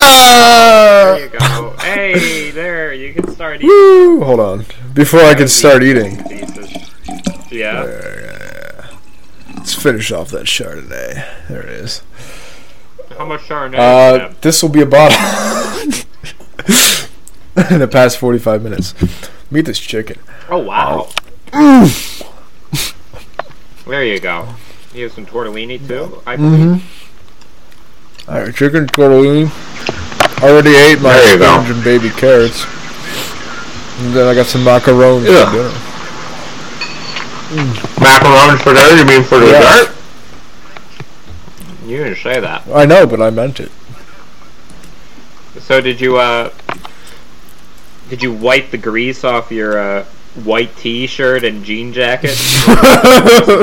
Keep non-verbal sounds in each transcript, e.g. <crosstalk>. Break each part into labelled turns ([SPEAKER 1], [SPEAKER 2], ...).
[SPEAKER 1] Ah!
[SPEAKER 2] start eating
[SPEAKER 1] Woo! Hold on. Before I can start eating,
[SPEAKER 2] pieces. Yeah.
[SPEAKER 1] let's finish off that Chardonnay. There it is.
[SPEAKER 2] How much Chardonnay? is
[SPEAKER 1] Uh,
[SPEAKER 2] that?
[SPEAKER 1] this will be a bottle. <laughs> In the past 45 minutes. Meet this chicken.
[SPEAKER 2] oh wow.
[SPEAKER 1] oh.
[SPEAKER 2] there you go. You have some tortellini too. I
[SPEAKER 1] Mm-hmm.
[SPEAKER 2] believe.
[SPEAKER 1] Alright, chicken tortellini. Already ate my
[SPEAKER 3] There you go.
[SPEAKER 1] spinach and baby carrots. And then I got some macaroni for
[SPEAKER 3] Yeah.
[SPEAKER 1] dinner.
[SPEAKER 3] Macarons for dinner? You mean for
[SPEAKER 1] Yeah.
[SPEAKER 3] dessert?
[SPEAKER 2] You didn't say that.
[SPEAKER 1] I know, but I meant it.
[SPEAKER 2] So did you uh? Did you wipe the grease off your uh, white T-shirt and
[SPEAKER 1] <laughs>
[SPEAKER 2] jean jacket?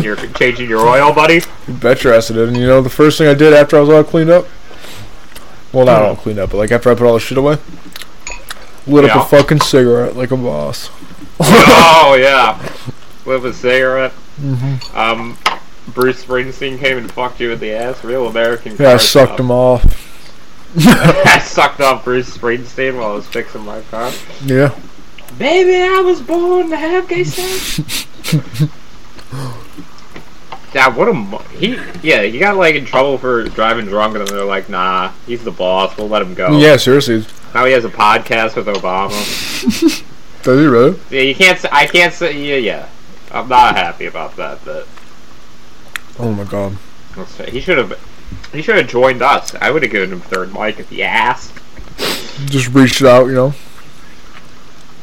[SPEAKER 2] You're changing your oil, buddy.
[SPEAKER 1] You bet your ass I did. And you know the first thing I did after I was all cleaned up? Well, not all cleaned up, but like after I put all the shit away? Lit
[SPEAKER 2] Yeah.
[SPEAKER 1] up a fucking cigarette like a boss. <laughs>
[SPEAKER 2] oh yeah, with a cigarette.
[SPEAKER 1] Mm-hmm.
[SPEAKER 2] Um, Bruce Springsteen came and fucked you in the ass. Real American.
[SPEAKER 1] Yeah, I
[SPEAKER 2] car
[SPEAKER 1] sucked
[SPEAKER 2] stuff.
[SPEAKER 1] them off.
[SPEAKER 2] <laughs> I sucked off Bruce Springsteen while I was fixing my car.
[SPEAKER 1] Yeah.
[SPEAKER 2] Baby, I was born to have gay sex.
[SPEAKER 1] <laughs>
[SPEAKER 2] God, what a mo- he. Yeah, he got like in trouble for driving drunk, and then they're like, "Nah, he's the boss. We'll let him go."
[SPEAKER 1] Yeah, seriously.
[SPEAKER 2] Now he has a podcast with Obama.
[SPEAKER 1] Does he really?
[SPEAKER 2] Yeah, you can't. Say, I can't say. Yeah, yeah. I'm not happy about that. But
[SPEAKER 1] Oh my god.
[SPEAKER 2] let's say- he should have. He should have joined us. I would have given him third mic if he asked.
[SPEAKER 1] Just reached out, you know?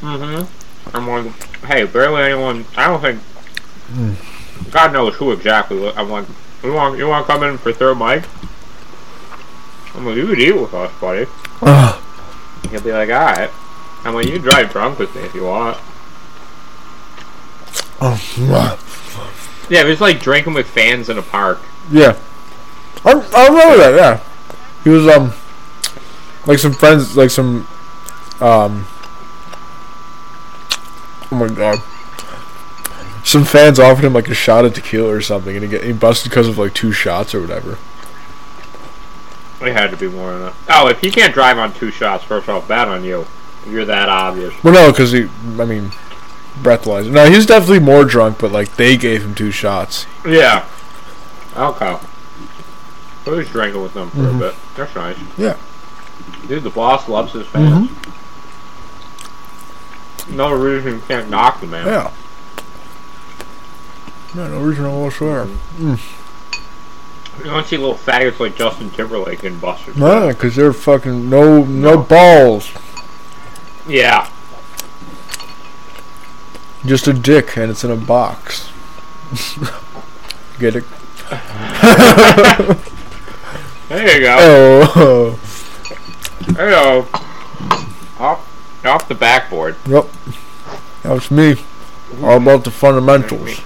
[SPEAKER 2] Mm-hmm. I'm like, hey, barely anyone. I don't think. God knows who exactly. li- I'm like, you want you want to come in for third mic? I'm like, you could eat with us, buddy.
[SPEAKER 1] Ugh.
[SPEAKER 2] He'll be like, all right. I'm like, you drive drunk with me if you want.
[SPEAKER 1] Oh, <sighs> mwah.
[SPEAKER 2] Yeah, it was like drinking with fans in a park.
[SPEAKER 1] Yeah. I, I remember that, yeah. He was, um, like some friends, like some, um, oh my god. Some fans offered him, like, a shot of tequila or something, and he, get, he busted because of, like, two shots or whatever.
[SPEAKER 2] It had to be more than that. Oh, if he can't drive on two shots, first off, bad on you. You're that obvious.
[SPEAKER 1] Well, no, because he, I mean, breathalyzer. No, he was definitely more drunk, but, like, they gave him two shots.
[SPEAKER 2] Yeah. Okay. So he's drinking with them for a bit. That's nice.
[SPEAKER 1] Mm-hmm. Yeah.
[SPEAKER 2] Dude, the boss loves his fans. No reason you can't knock the man.
[SPEAKER 1] Mm-hmm. Yeah. No, no reason whatsoever.
[SPEAKER 2] You don't see little faggots like Justin Timberlake in Buster.
[SPEAKER 1] No, because they're fucking, no, no balls.
[SPEAKER 2] Yeah.
[SPEAKER 1] Just a dick, and it's in a box. <laughs> Get it?
[SPEAKER 2] There you go.
[SPEAKER 1] Oh,
[SPEAKER 2] There you go. Off, off the backboard.
[SPEAKER 1] yep. That's me. All about the fundamentals.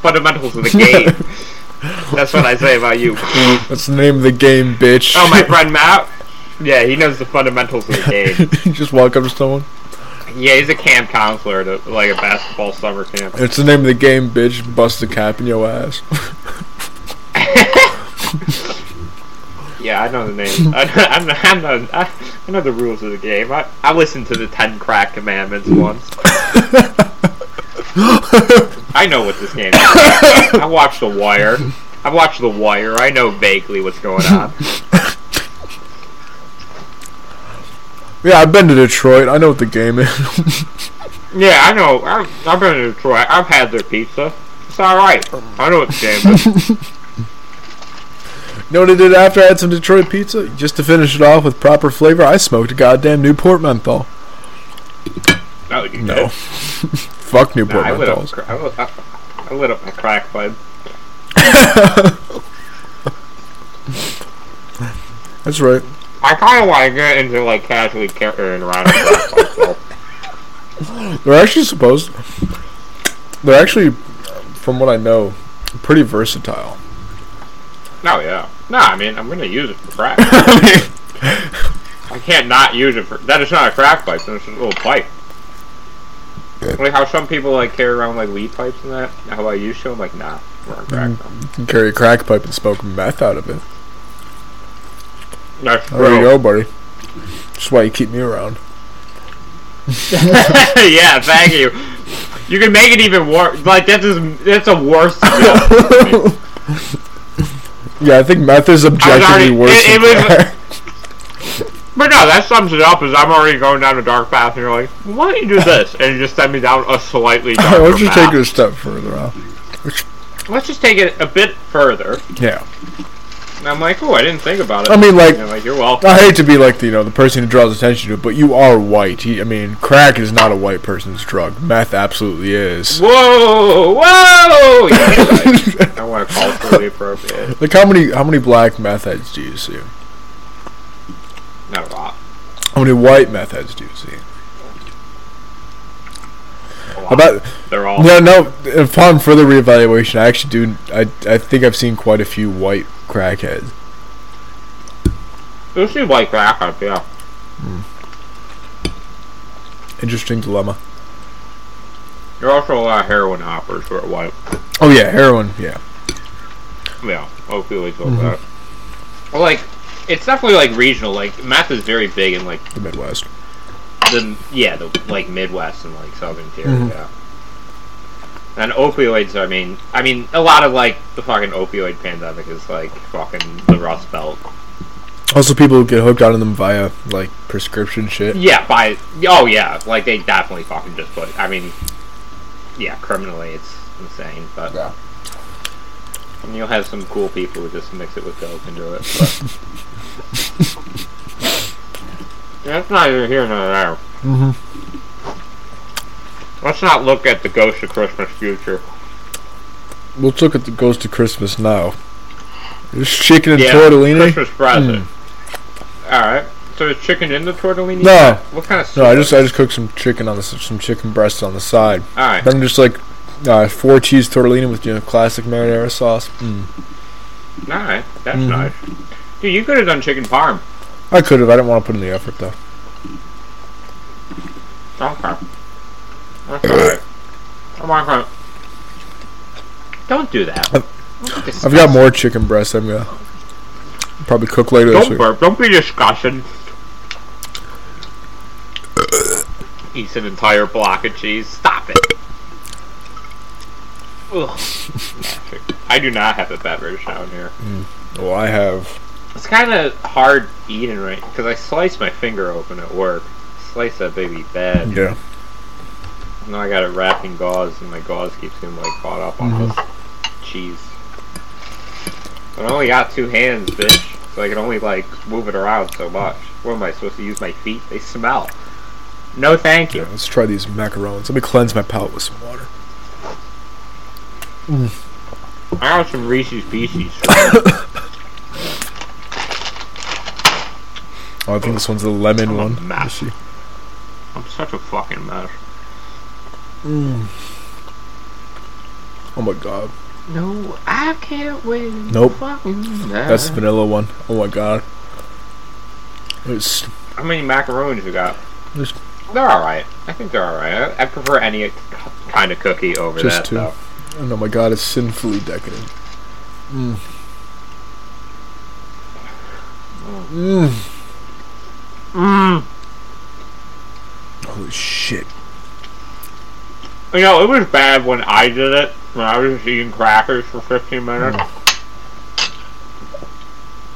[SPEAKER 2] Fundamentals of
[SPEAKER 1] <laughs>
[SPEAKER 2] the game. That's what I say about you.
[SPEAKER 1] That's the name of the game, bitch.
[SPEAKER 2] Oh,
[SPEAKER 1] <laughs>
[SPEAKER 2] my friend Matt. Yeah, he knows the fundamentals of the game.
[SPEAKER 1] Just walk up to someone.
[SPEAKER 2] Yeah, he's a camp counselor at a, like a basketball summer camp.
[SPEAKER 1] It's the name of the game, bitch. Bust the cap in your ass. <laughs>
[SPEAKER 2] Yeah, I know the name. <laughs> I, I, know, I, know, I, I know the rules of the game. I, I listened to the Ten Crack Commandments once. I know what this game is. I watched The Wire. I watched The Wire. I know vaguely what's going on.
[SPEAKER 1] yeah, I've been to Detroit. I know what the game is. <laughs>
[SPEAKER 2] Yeah, I know. I've, I've been to Detroit. I've had their pizza. It's alright. I know what the game is.
[SPEAKER 1] you know what I did after I had some Detroit pizza? Just to finish it off with proper flavor, I smoked a goddamn Newport menthol.
[SPEAKER 2] No, you
[SPEAKER 1] No.
[SPEAKER 2] didn't.
[SPEAKER 1] Fuck Newport
[SPEAKER 2] I lit up.
[SPEAKER 1] menthols.
[SPEAKER 2] cra- I lit, I, I lit up my crack bud.
[SPEAKER 1] That's right.
[SPEAKER 2] I kind of want to get into like casually carrying around. a crack bud, <laughs> so.
[SPEAKER 1] They're actually supposed. They're actually, from what I know, pretty
[SPEAKER 2] <laughs>
[SPEAKER 1] versatile.
[SPEAKER 2] No, Oh, yeah. No, I mean I'm gonna use it for crack. I can't not use it for that. Is not a crack pipe. That's just a little pipe. Like how some people like carry around like weed pipes and that. How about you show them like nah, we're on crack. now.
[SPEAKER 1] You can carry a crack pipe and smoke meth out of it.
[SPEAKER 2] That's
[SPEAKER 1] There you
[SPEAKER 2] true.
[SPEAKER 1] go, buddy. That's why you keep me around.
[SPEAKER 2] <laughs> yeah, thank you. You can make it even worse. Like that's just, that's a worse joke.
[SPEAKER 1] <laughs>
[SPEAKER 2] for me.
[SPEAKER 1] Yeah, I think meth is objectively
[SPEAKER 2] already-
[SPEAKER 1] worse.
[SPEAKER 2] it-
[SPEAKER 1] than
[SPEAKER 2] it was- <laughs>
[SPEAKER 1] crack.
[SPEAKER 2] But no, that sums it up. Is I'm already going down a dark path, and you're like, "Why don't you do this?" And you just send me down
[SPEAKER 1] <laughs>
[SPEAKER 2] a slightly
[SPEAKER 1] All right,
[SPEAKER 2] darker
[SPEAKER 1] let's just
[SPEAKER 2] path.
[SPEAKER 1] take it a step further. Al.
[SPEAKER 2] Let's just take it a bit further.
[SPEAKER 1] Yeah,
[SPEAKER 2] And I'm like, "Oh, I didn't think about it."
[SPEAKER 1] I mean, like,
[SPEAKER 2] and I'm like, "You're welcome."
[SPEAKER 1] I hate to be like the, you know the person who draws attention to it, but you are white. He, I mean, crack is not a white person's drug. Meth absolutely is.
[SPEAKER 2] Whoa, whoa! Yeah, you're
[SPEAKER 1] <laughs>
[SPEAKER 2] right. I want to call it fully appropriate.
[SPEAKER 1] Like how many how many black meth heads do you see?
[SPEAKER 2] Not a lot.
[SPEAKER 1] How many white meth heads do you see?
[SPEAKER 2] A lot.
[SPEAKER 1] About
[SPEAKER 2] They're all.
[SPEAKER 1] no no. Upon further reevaluation, I actually do. I I think I've seen quite a few white crackheads.
[SPEAKER 2] You'll see white crack up, yeah.
[SPEAKER 1] Interesting dilemma.
[SPEAKER 2] There are also a lot of heroin hoppers who are white.
[SPEAKER 1] Oh yeah, heroin. Yeah,
[SPEAKER 2] Yeah, opioids, all
[SPEAKER 1] Mm-hmm.
[SPEAKER 2] that. Well, like, it's definitely like regional. Like, meth is very big in like
[SPEAKER 1] the Midwest.
[SPEAKER 2] the yeah, the like Midwest and like Southern tier. Yeah. And opioids, I mean, I mean, a lot of like the fucking opioid pandemic is like fucking the Rust Belt.
[SPEAKER 1] Also, people who get hooked on them via like prescription shit.
[SPEAKER 2] Yeah, by oh yeah, like they definitely fucking just put. I mean, yeah, criminally it's insane, but
[SPEAKER 1] Yeah.
[SPEAKER 2] and you'll have some cool people who just mix it with dope and do it. But. That's neither here nor there.
[SPEAKER 1] Mhm.
[SPEAKER 2] Let's not look at the ghost of Christmas future.
[SPEAKER 1] We'll look at the Ghost of Christmas now. There's chicken and
[SPEAKER 2] Yeah,
[SPEAKER 1] tortellini. Hmm.
[SPEAKER 2] Christmas present. All right. So is chicken in the tortellini?
[SPEAKER 1] No.
[SPEAKER 2] What kind of?
[SPEAKER 1] No, I just I just cooked some chicken on the s- some chicken breasts on the side.
[SPEAKER 2] All right.
[SPEAKER 1] Then just like uh, four cheese tortellini with you know classic marinara sauce. Mm.
[SPEAKER 2] All right. That's
[SPEAKER 1] Mm-hmm.
[SPEAKER 2] nice. Dude, you could have done chicken parm.
[SPEAKER 1] I could have. I didn't want to put in the effort though.
[SPEAKER 2] Okay. That's alright. I'm not gonna- Don't do that.
[SPEAKER 1] I've got more chicken breasts. I'm gonna probably cook later this
[SPEAKER 2] Don't
[SPEAKER 1] week.
[SPEAKER 2] burp. Don't be disgusting. Eats an entire block of cheese. Stop it.
[SPEAKER 1] <laughs>
[SPEAKER 2] Ugh. I do not have a beverage down here.
[SPEAKER 1] Well, Oh, I have.
[SPEAKER 2] It's kind of hard eating right because I sliced my finger open at work. Slice that baby bad.
[SPEAKER 1] Yeah.
[SPEAKER 2] Now I got it wrapped in gauze, and my gauze keeps getting like caught up on this
[SPEAKER 1] Mm-hmm.
[SPEAKER 2] cheese. But I only got two hands, bitch, so I can only like move it around so much. What am I supposed to use my feet? They smell. No, thank you.
[SPEAKER 1] Yeah, let's try these macarons. Let me cleanse my palate with some water.
[SPEAKER 2] I got some Reese's Pieces.
[SPEAKER 1] Oh, I think this one's the lemon one.
[SPEAKER 2] mess.
[SPEAKER 1] Let's see.
[SPEAKER 2] I'm such a fucking mess.
[SPEAKER 1] Oh my god.
[SPEAKER 2] No, I can't win.
[SPEAKER 1] Nope.
[SPEAKER 2] Fucking
[SPEAKER 1] That's the vanilla one. Oh my god. It's
[SPEAKER 2] How many macaroons you got?
[SPEAKER 1] Just-
[SPEAKER 2] They're all right. I think they're all right. I, I prefer any c- kind of cookie over
[SPEAKER 1] Just
[SPEAKER 2] that.
[SPEAKER 1] two.
[SPEAKER 2] Though.
[SPEAKER 1] and oh my god, it's sinfully decadent. Mm. Mm.
[SPEAKER 2] Mm.
[SPEAKER 1] Holy shit.
[SPEAKER 2] You know, it was bad when I did it, when I was just eating crackers for 15 minutes.
[SPEAKER 1] Mm.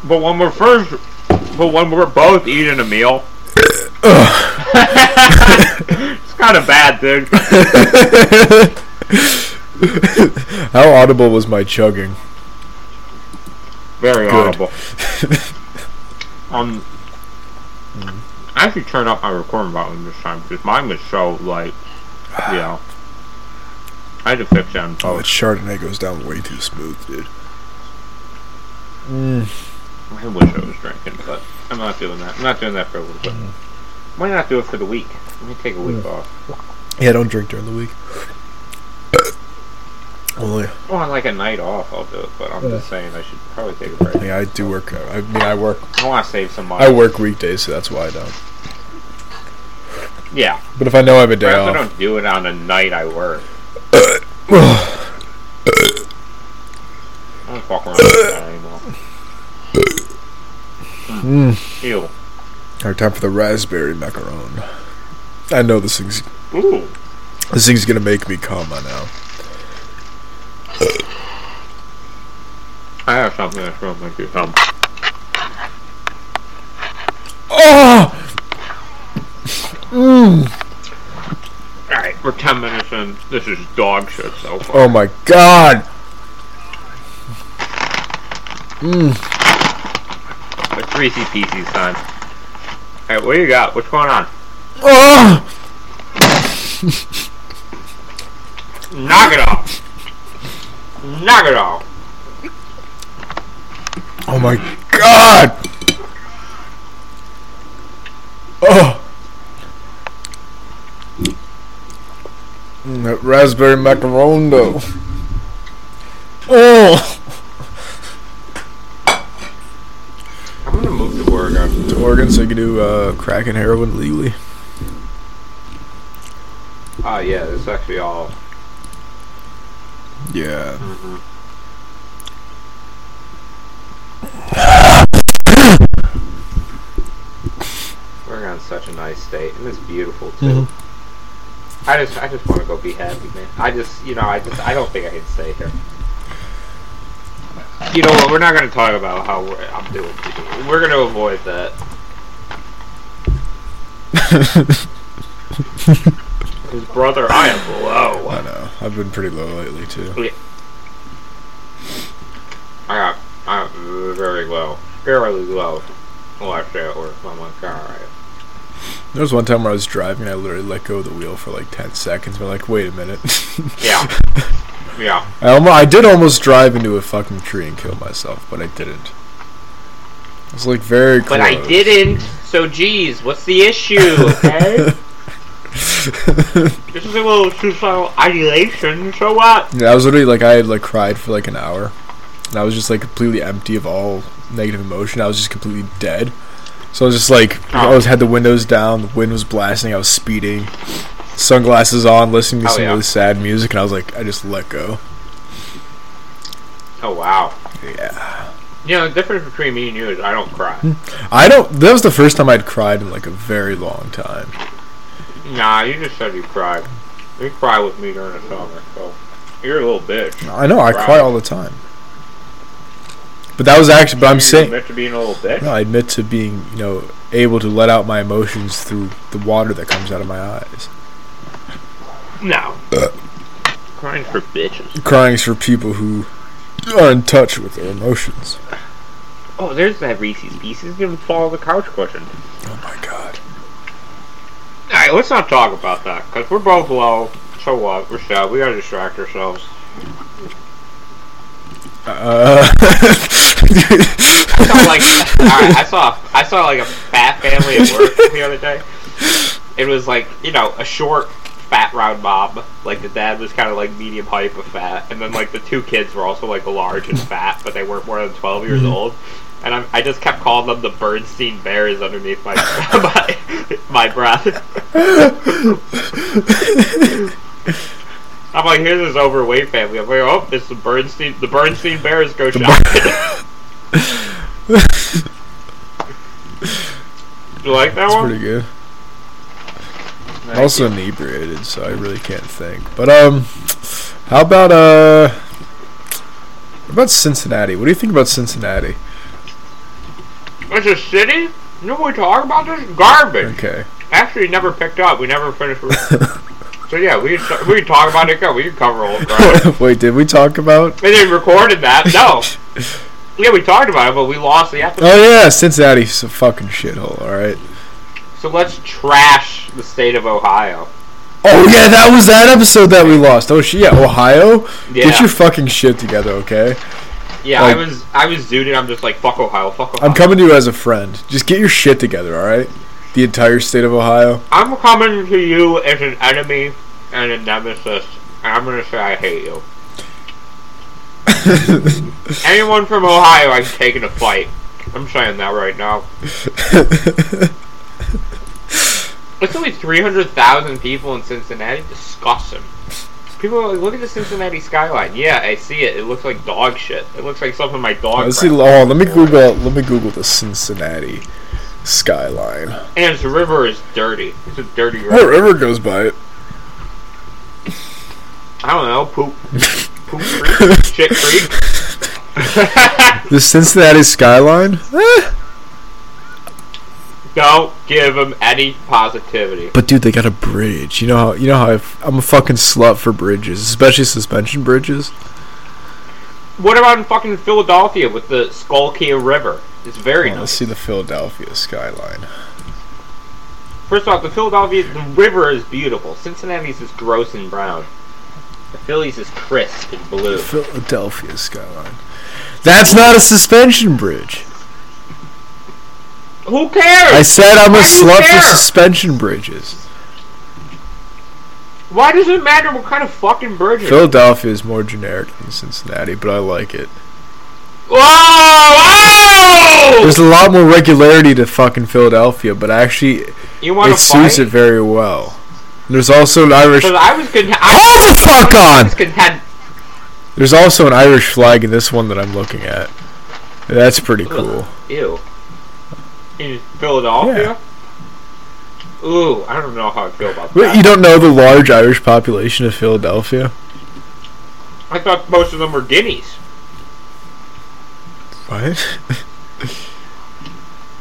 [SPEAKER 2] But when we're first, but when we're both eating a meal, <laughs> it's kind of bad, dude.
[SPEAKER 1] <laughs> How audible was my chugging?
[SPEAKER 2] Very
[SPEAKER 1] Good. <laughs>
[SPEAKER 2] audible. um, I actually turned up my recording volume this time because mine was so like, you know, I had to fix it on
[SPEAKER 1] Oh,
[SPEAKER 2] post.
[SPEAKER 1] that Chardonnay goes down way too smooth, dude.
[SPEAKER 2] I wish I was drinking, but I'm not doing that. I'm not doing that for a little bit.
[SPEAKER 1] Mm.
[SPEAKER 2] Why not do it for the week? Let me take a week off.
[SPEAKER 1] Yeah, don't drink during the <coughs> week. Only,
[SPEAKER 2] Well, on like a night off, I'll do it. But I'm just saying, I should probably take a break.
[SPEAKER 1] yeah, I do work. uh, I mean, I work.
[SPEAKER 2] I want to save some money.
[SPEAKER 1] I work weekdays, so that's why I don't.
[SPEAKER 2] Yeah,
[SPEAKER 1] But if I know I have a
[SPEAKER 2] but
[SPEAKER 1] day
[SPEAKER 2] I also
[SPEAKER 1] off,
[SPEAKER 2] don't do it on a night I work.
[SPEAKER 1] <sighs>
[SPEAKER 2] I don't fuck around with that
[SPEAKER 1] <laughs>
[SPEAKER 2] anymore. Ew.
[SPEAKER 1] Mm. All right, time for the raspberry macaron. I know this thing's
[SPEAKER 2] Ooh.
[SPEAKER 1] this thing's gonna make me come. I know.
[SPEAKER 2] I have something that's real like you. Um,
[SPEAKER 1] Oh, Mm.
[SPEAKER 2] Alright, we're 10 minutes in. This is dog shit so far.
[SPEAKER 1] oh my god!
[SPEAKER 2] It's greasy PC's time. Alright, what you got? What's going on?
[SPEAKER 1] Oh,
[SPEAKER 2] Knock it off! Knock it off!
[SPEAKER 1] oh my god! Oh. Mm, that raspberry macaron though. Oh,
[SPEAKER 2] I'm gonna move to Oregon.
[SPEAKER 1] to <laughs> Oregon so you can do uh, crack and heroin legally.
[SPEAKER 2] Oh, yeah, it's actually all.
[SPEAKER 1] <laughs> Yeah.
[SPEAKER 2] Oregon's such a nice state, and it's beautiful, too. I just, I just want to go be happy, man. I just, you know, I just, I don't think I can stay here. You know what? We're not going to talk about how we're, I'm doing. We're going to avoid that. His brother, I am
[SPEAKER 1] I
[SPEAKER 2] low.
[SPEAKER 1] know. I've been pretty low lately too.
[SPEAKER 2] I got, I'm very low, fairly low. Last day at work, I'm like, all right.
[SPEAKER 1] There was one time where I was driving and I literally let go of the wheel for like 10 seconds. But like, wait a minute. <laughs>
[SPEAKER 2] Yeah. Yeah.
[SPEAKER 1] I, almost, I did almost drive into a fucking tree and kill myself, but I didn't. I was like very close.
[SPEAKER 2] But I
[SPEAKER 1] <laughs>
[SPEAKER 2] didn't, so geez, what's the issue, <laughs> okay? this is a little suicidal ideation, so what?
[SPEAKER 1] Yeah, I was literally like, I had like cried for like an hour. And I was just like completely empty of all negative emotion. I was just completely dead. So I was just like,
[SPEAKER 2] Oh.
[SPEAKER 1] I always had the windows down, the wind was blasting, I was speeding, sunglasses on, listening to
[SPEAKER 2] Oh,
[SPEAKER 1] some
[SPEAKER 2] yeah.
[SPEAKER 1] really sad music, and I was like, I just let go.
[SPEAKER 2] Oh, wow.
[SPEAKER 1] Yeah. Hmm.
[SPEAKER 2] You know, the difference between me and you is I don't cry.
[SPEAKER 1] I don't. That was the first time I'd cried in like a very long time.
[SPEAKER 2] nah, you just said you cried. You cry with me during the summer, so you're a little bitch.
[SPEAKER 1] I know I
[SPEAKER 2] Right.
[SPEAKER 1] cry all the time. But that was actually. But I'm
[SPEAKER 2] You're
[SPEAKER 1] saying
[SPEAKER 2] meant to being a little bitch.
[SPEAKER 1] no. I admit to being you know able to let out my emotions through the water that comes out of my eyes.
[SPEAKER 2] No.
[SPEAKER 1] Uh.
[SPEAKER 2] Crying for bitches.
[SPEAKER 1] Crying's for people who are in touch with their emotions.
[SPEAKER 2] Oh, there's that Reese's Pieces. Didn't follow the couch question.
[SPEAKER 1] Oh my god.
[SPEAKER 2] All right, let's not talk about that because we're both low. So what? We're sad. We gotta distract ourselves.
[SPEAKER 1] Uh, <laughs>
[SPEAKER 2] I saw like all right, I saw I saw like a fat family at work the other day. It was like you know a short, fat, round mom. Like the dad was kind of like medium height but fat, and then like the two kids were also like large and fat, but they weren't more than twelve years old. And I'm, I just kept calling them the Bernstein Bears underneath my <laughs> my, my breath.
[SPEAKER 1] <laughs>
[SPEAKER 2] I'm like, here's this overweight family. I'm like, oh, it's the Bernstein. The Bernstein Bears go shopping. you like that
[SPEAKER 1] That's
[SPEAKER 2] one?
[SPEAKER 1] pretty good.
[SPEAKER 2] Um, Thank
[SPEAKER 1] Also inebriated, so I really can't think. But um, how about uh, what about Cincinnati? What do you think about Cincinnati?
[SPEAKER 2] you. It's a city. You know what we talk about this garbage.
[SPEAKER 1] Okay, <laughs>
[SPEAKER 2] Actually, never picked up. We never finished. with- so yeah, we can- we can talk about it. Go. We can cover all
[SPEAKER 1] <laughs>
[SPEAKER 2] garbage.
[SPEAKER 1] wait, did we talk about?
[SPEAKER 2] and then recorded that. No. Yeah, we talked about it, but we lost the episode.
[SPEAKER 1] Oh yeah, Cincinnati's a fucking shithole. All right.
[SPEAKER 2] So let's trash the state of Ohio.
[SPEAKER 1] Oh yeah, that was that episode that we lost. Oh shit, yeah, Ohio.
[SPEAKER 2] Yeah.
[SPEAKER 1] Get your fucking shit together, okay?
[SPEAKER 2] Yeah,
[SPEAKER 1] Like-
[SPEAKER 2] I was I was zooted. I'm just like fuck Ohio, fuck Ohio.
[SPEAKER 1] Oh. I'm coming to you as a friend. Just get your shit together, all right? The entire state of Ohio. <laughs>
[SPEAKER 2] I'm coming to you as an enemy and a nemesis, and I'm gonna say I hate you. Anyone from Ohio, I can take in a fight. I'm saying that right now. It's only 300,000 people in Cincinnati. Disgusting. People are like, look at the Cincinnati skyline. Yeah, I see it. It looks like dog shit. It looks like something my dog.
[SPEAKER 1] Let's Uh, see.
[SPEAKER 2] cracked.
[SPEAKER 1] Oh, let me Google. Let me Google the Cincinnati skyline.
[SPEAKER 2] And the river is dirty. It's a dirty river.
[SPEAKER 1] Wherever it goes by it.
[SPEAKER 2] I don't know. Poop. Poop creek. Shit creek.
[SPEAKER 1] The Cincinnati skyline? Eh.
[SPEAKER 2] Don't give him any positivity.
[SPEAKER 1] But dude, they got a bridge. You know how you know how i am a fucking slut for bridges, especially suspension bridges.
[SPEAKER 2] What about in fucking Philadelphia with the Schuylkill River? It's very
[SPEAKER 1] Let's
[SPEAKER 2] nice.
[SPEAKER 1] Oh, see the Philadelphia skyline.
[SPEAKER 2] First off, the Philadelphia the river is beautiful. Cincinnati's is gross and brown. The Phillies is crisp and blue.
[SPEAKER 1] Philadelphia skyline. That's not a suspension bridge.
[SPEAKER 2] Who cares?
[SPEAKER 1] I said I'm a
[SPEAKER 2] Why do you
[SPEAKER 1] slut for
[SPEAKER 2] care?
[SPEAKER 1] suspension bridges.
[SPEAKER 2] Why does it matter what kind of fucking bridge? it is?
[SPEAKER 1] Philadelphia is more generic than Cincinnati, but I like it.
[SPEAKER 2] Whoa! Oh!
[SPEAKER 1] There's a lot more regularity to fucking Philadelphia, but actually
[SPEAKER 2] You want
[SPEAKER 1] it
[SPEAKER 2] to fight?
[SPEAKER 1] suits it very well. There's also an Irish
[SPEAKER 2] Because I was gonna.
[SPEAKER 1] Hold
[SPEAKER 2] I
[SPEAKER 1] the Oh, fuck
[SPEAKER 2] I
[SPEAKER 1] on!
[SPEAKER 2] was contend-
[SPEAKER 1] There's also an Irish flag in this one that I'm looking at. That's pretty cool.
[SPEAKER 2] Ew. In Philadelphia? Ooh, I don't know how I feel about
[SPEAKER 1] Wait,
[SPEAKER 2] that.
[SPEAKER 1] you don't know the large Irish population of Philadelphia?
[SPEAKER 2] I thought most of them were guineas.
[SPEAKER 1] What?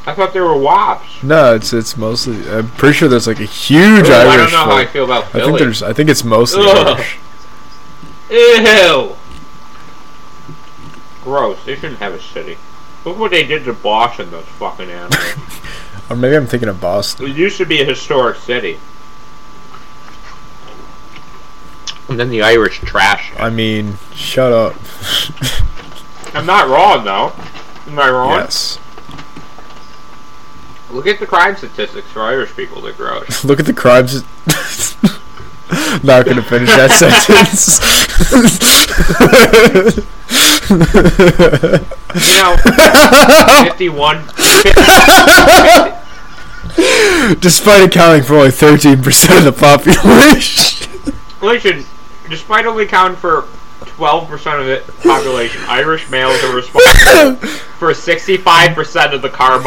[SPEAKER 2] I thought they were wops.
[SPEAKER 1] <laughs> no, it's it's mostly. I'm pretty sure there's like a huge
[SPEAKER 2] Ooh,
[SPEAKER 1] Irish.
[SPEAKER 2] I don't know how I
[SPEAKER 1] flag.
[SPEAKER 2] feel about
[SPEAKER 1] I think
[SPEAKER 2] Philly.
[SPEAKER 1] there's. I think it's mostly
[SPEAKER 2] Ugh.
[SPEAKER 1] Irish.
[SPEAKER 2] Ew. Gross. They shouldn't have a city. Look what they did to Boston, those fucking animals.
[SPEAKER 1] <laughs> Or maybe I'm thinking of Boston.
[SPEAKER 2] it used to be a historic city. And then the Irish trashed it.
[SPEAKER 1] I mean, shut up. <laughs>
[SPEAKER 2] I'm not wrong, though. Am I wrong?
[SPEAKER 1] yes.
[SPEAKER 2] Look at the crime statistics for Irish people. They're gross.
[SPEAKER 1] <laughs> Look at the crimes. Not gonna finish that sentence.
[SPEAKER 2] You know, 51. 50
[SPEAKER 1] Despite accounting for only 13% of the population.
[SPEAKER 2] Listen, despite only counting for 12% of the population, Irish males are responsible for 65% of the carbon.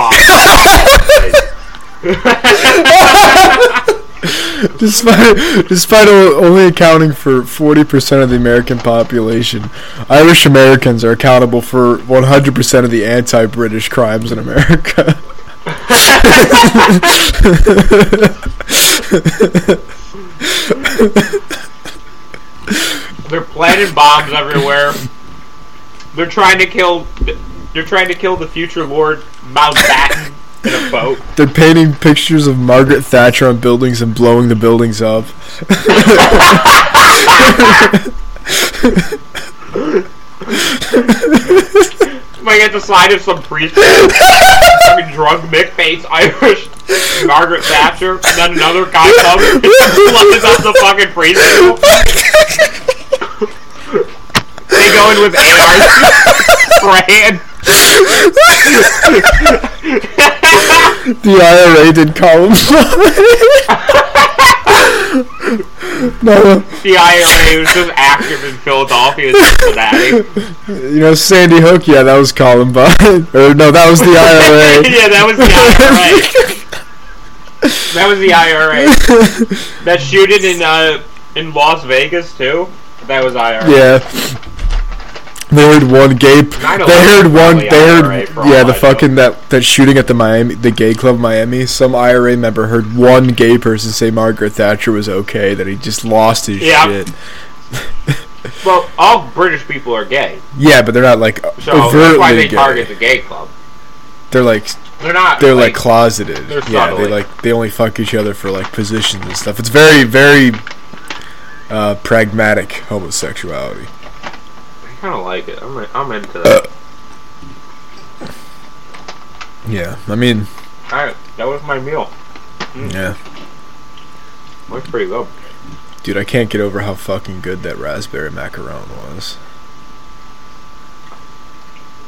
[SPEAKER 1] despite despite o- only accounting for 40% of the American population, Irish Americans are accountable for 100% of the anti-British crimes in America. <laughs>
[SPEAKER 2] They're planting bombs everywhere. They're trying to kill. They're trying to kill the future Lord Mountbatten in a boat.
[SPEAKER 1] They're painting pictures of Margaret Thatcher on buildings and blowing the buildings up. <laughs>
[SPEAKER 2] Like at the side of some priest, fucking drunk McFace Irish Margaret Thatcher. And then another guy comes and blows up the fucking priest. they go in with anarchy spraying.
[SPEAKER 1] The IRA did Columbine. <laughs> no,
[SPEAKER 2] The IRA was just active in Philadelphia and Cincinnati.
[SPEAKER 1] you know Sandy Hook. Yeah, that was Columbine. <laughs> or no, that was the IRA.
[SPEAKER 2] <laughs> yeah, that was the IRA. that was the
[SPEAKER 1] <laughs>
[SPEAKER 2] IRA. That shooting in uh, in Las Vegas too. That was IRA.
[SPEAKER 1] Yeah. They heard one gay. They
[SPEAKER 2] 9/11
[SPEAKER 1] heard one.
[SPEAKER 2] probably
[SPEAKER 1] They
[SPEAKER 2] IRA
[SPEAKER 1] heard
[SPEAKER 2] for all
[SPEAKER 1] yeah. The
[SPEAKER 2] I know.
[SPEAKER 1] fucking that that shooting at the Miami, the gay club in Miami. Some IRA member heard one gay person say Margaret Thatcher was okay. That he just lost his
[SPEAKER 2] Yeah.
[SPEAKER 1] shit.
[SPEAKER 2] Well, all British people are gay,
[SPEAKER 1] Yeah, but they're not like
[SPEAKER 2] so that's why
[SPEAKER 1] overtly
[SPEAKER 2] they
[SPEAKER 1] gay.
[SPEAKER 2] target the gay club.
[SPEAKER 1] They're like
[SPEAKER 2] They're not.
[SPEAKER 1] they're like, closeted.
[SPEAKER 2] they're
[SPEAKER 1] yeah, they
[SPEAKER 2] subtly.
[SPEAKER 1] like they only fuck each other for like positions and stuff. It's very very uh, pragmatic homosexuality.
[SPEAKER 2] I kind of like it. I'm, like, I'm into
[SPEAKER 1] Uh.
[SPEAKER 2] that.
[SPEAKER 1] Yeah, I mean,
[SPEAKER 2] All right, that was my meal. Mm.
[SPEAKER 1] yeah,
[SPEAKER 2] It was pretty good.
[SPEAKER 1] dude, I can't get over how fucking good that raspberry macaron was.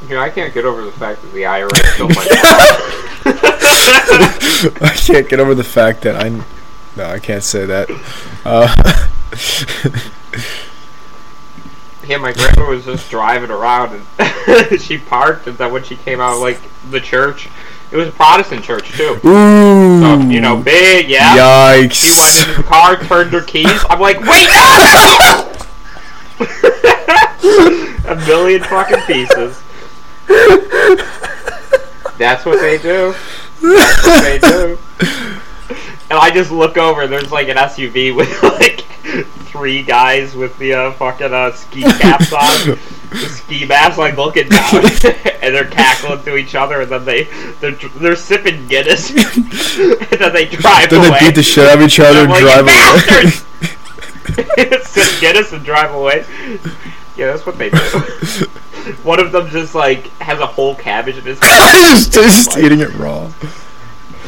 [SPEAKER 2] You know, I can't get over the fact that the IRA
[SPEAKER 1] <laughs>
[SPEAKER 2] stole my.
[SPEAKER 1] I can't get over the fact that I. No, I can't say that. Uh,
[SPEAKER 2] <laughs>
[SPEAKER 1] <laughs>
[SPEAKER 2] Yeah, my grandma <laughs> was just driving around and she parked and then when she came out of like the church, It was a Protestant church too.
[SPEAKER 1] Ooh.
[SPEAKER 2] So, Um, you know, big, yeah. She went
[SPEAKER 1] Yikes.
[SPEAKER 2] in the car, turned her keys. I'm like, wait, no! <laughs> no!" a million fucking pieces. That's what they do. That's what they
[SPEAKER 1] <laughs>
[SPEAKER 2] do. <laughs> And I just look over, and there's like an SUV with <laughs> like three guys with the uh, fucking uh, ski caps on. The ski maps like looking down, <laughs> and they're cackling to each other, and then they they're, dr- they're sipping Guinness, <laughs> and then they drive
[SPEAKER 1] Then
[SPEAKER 2] away.
[SPEAKER 1] they beat the shit out of each other and
[SPEAKER 2] Like,
[SPEAKER 1] drive away. <laughs>
[SPEAKER 2] "Bastards!" <laughs> Just get us and drive away. Yeah, that's what they do. <laughs> One of them just like has a whole cabbage
[SPEAKER 1] <laughs>
[SPEAKER 2] in his mouth.
[SPEAKER 1] just, just eating it raw.
[SPEAKER 2] <laughs>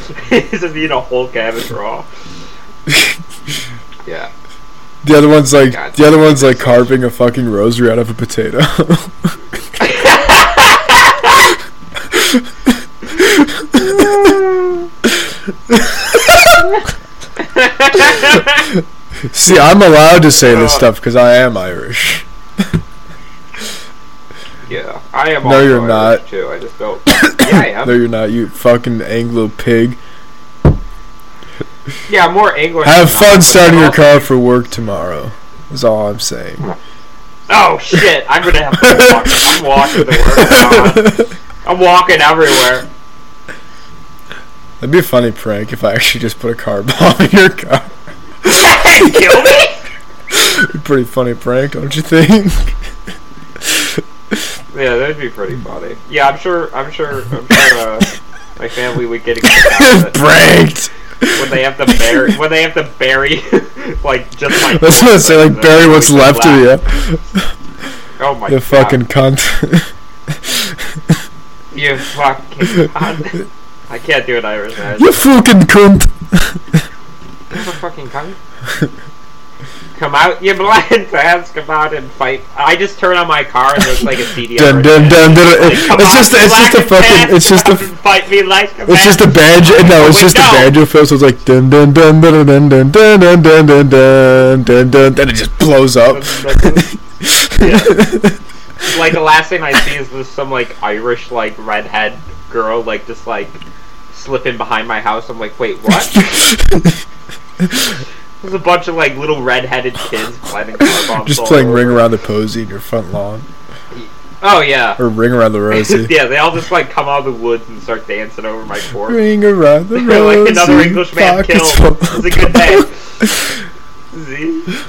[SPEAKER 1] <laughs>
[SPEAKER 2] He's just eating a whole cabbage raw. Yeah.
[SPEAKER 1] The other one's like
[SPEAKER 2] God.
[SPEAKER 1] the other one's like carving a fucking rosary out of a potato. See, I'm allowed to say this
[SPEAKER 2] Oh.
[SPEAKER 1] stuff because I am Irish.
[SPEAKER 2] yeah. I am
[SPEAKER 1] No,
[SPEAKER 2] also
[SPEAKER 1] you're
[SPEAKER 2] Irish,
[SPEAKER 1] not.
[SPEAKER 2] too. I just
[SPEAKER 1] <coughs>
[SPEAKER 2] don't Yeah, I am.
[SPEAKER 1] No, you're not. You fucking Anglo pig.
[SPEAKER 2] Yeah, I'm more English.
[SPEAKER 1] Have
[SPEAKER 2] than
[SPEAKER 1] fun
[SPEAKER 2] not.
[SPEAKER 1] starting your
[SPEAKER 2] Also-
[SPEAKER 1] car for work tomorrow. Is all I'm saying.
[SPEAKER 2] Oh shit, I'm gonna have to walk. Oh I'm walking to work. God.
[SPEAKER 1] <laughs>
[SPEAKER 2] I'm walking everywhere.
[SPEAKER 1] That'd be a funny prank if I actually just put a car bomb <laughs> in your car.
[SPEAKER 2] Kill me?
[SPEAKER 1] Be a pretty funny prank, don't you think? <laughs>
[SPEAKER 2] Yeah, that'd be pretty funny. Yeah, I'm sure. I'm sure. I'm sure. Uh, my family would get a kick out of
[SPEAKER 1] <laughs>
[SPEAKER 2] it
[SPEAKER 1] Pranked.
[SPEAKER 2] when they have to bury. When they have to bury, <laughs> like just my.
[SPEAKER 1] That's what <laughs> I say.
[SPEAKER 2] <laughs>
[SPEAKER 1] Like bury what's left of you.
[SPEAKER 2] Oh my
[SPEAKER 1] You
[SPEAKER 2] god!
[SPEAKER 1] fucking
[SPEAKER 2] <laughs>
[SPEAKER 1] cunt.
[SPEAKER 2] You
[SPEAKER 1] <laughs>
[SPEAKER 2] fucking. cunt. I can't do an Irish man.
[SPEAKER 1] you fucking cunt.
[SPEAKER 2] <laughs> You fucking cunt. Come out, you blind fans! Come out and fight! I just turn on my car and there's like a CD.
[SPEAKER 1] Dun,
[SPEAKER 2] already.
[SPEAKER 1] dun, dun, dun.
[SPEAKER 2] Like, come
[SPEAKER 1] It's
[SPEAKER 2] on,
[SPEAKER 1] just, it's just a
[SPEAKER 2] black and
[SPEAKER 1] fucking,
[SPEAKER 2] tan,
[SPEAKER 1] it's just
[SPEAKER 2] come
[SPEAKER 1] a,
[SPEAKER 2] out and fight me like a
[SPEAKER 1] it's
[SPEAKER 2] man.
[SPEAKER 1] just a banjo. No, it's
[SPEAKER 2] Wait,
[SPEAKER 1] just a
[SPEAKER 2] no.
[SPEAKER 1] banjo fill. So it's like dun dun dun dun dun dun dun dun dun dun dun dun dun. Then it just blows up. <laughs>
[SPEAKER 2] like the last thing I see is this some like Irish like redhead girl like just like slipping behind my house. I'm like, wait, what?
[SPEAKER 1] <laughs>
[SPEAKER 2] There's a bunch of like little redheaded kids planning car bombs.
[SPEAKER 1] Just
[SPEAKER 2] all
[SPEAKER 1] playing
[SPEAKER 2] over.
[SPEAKER 1] ring around the posy in your front lawn
[SPEAKER 2] Oh yeah.
[SPEAKER 1] or ring around the rosy.
[SPEAKER 2] <laughs> yeah, they all just like come out of the woods and start dancing over my porch.
[SPEAKER 1] Ring around the
[SPEAKER 2] They're
[SPEAKER 1] rosy.
[SPEAKER 2] <laughs> like another Englishman
[SPEAKER 1] pockets
[SPEAKER 2] killed.
[SPEAKER 1] full
[SPEAKER 2] It's
[SPEAKER 1] of <laughs>
[SPEAKER 2] a good
[SPEAKER 1] gold."
[SPEAKER 2] day.
[SPEAKER 1] <laughs>
[SPEAKER 2] See?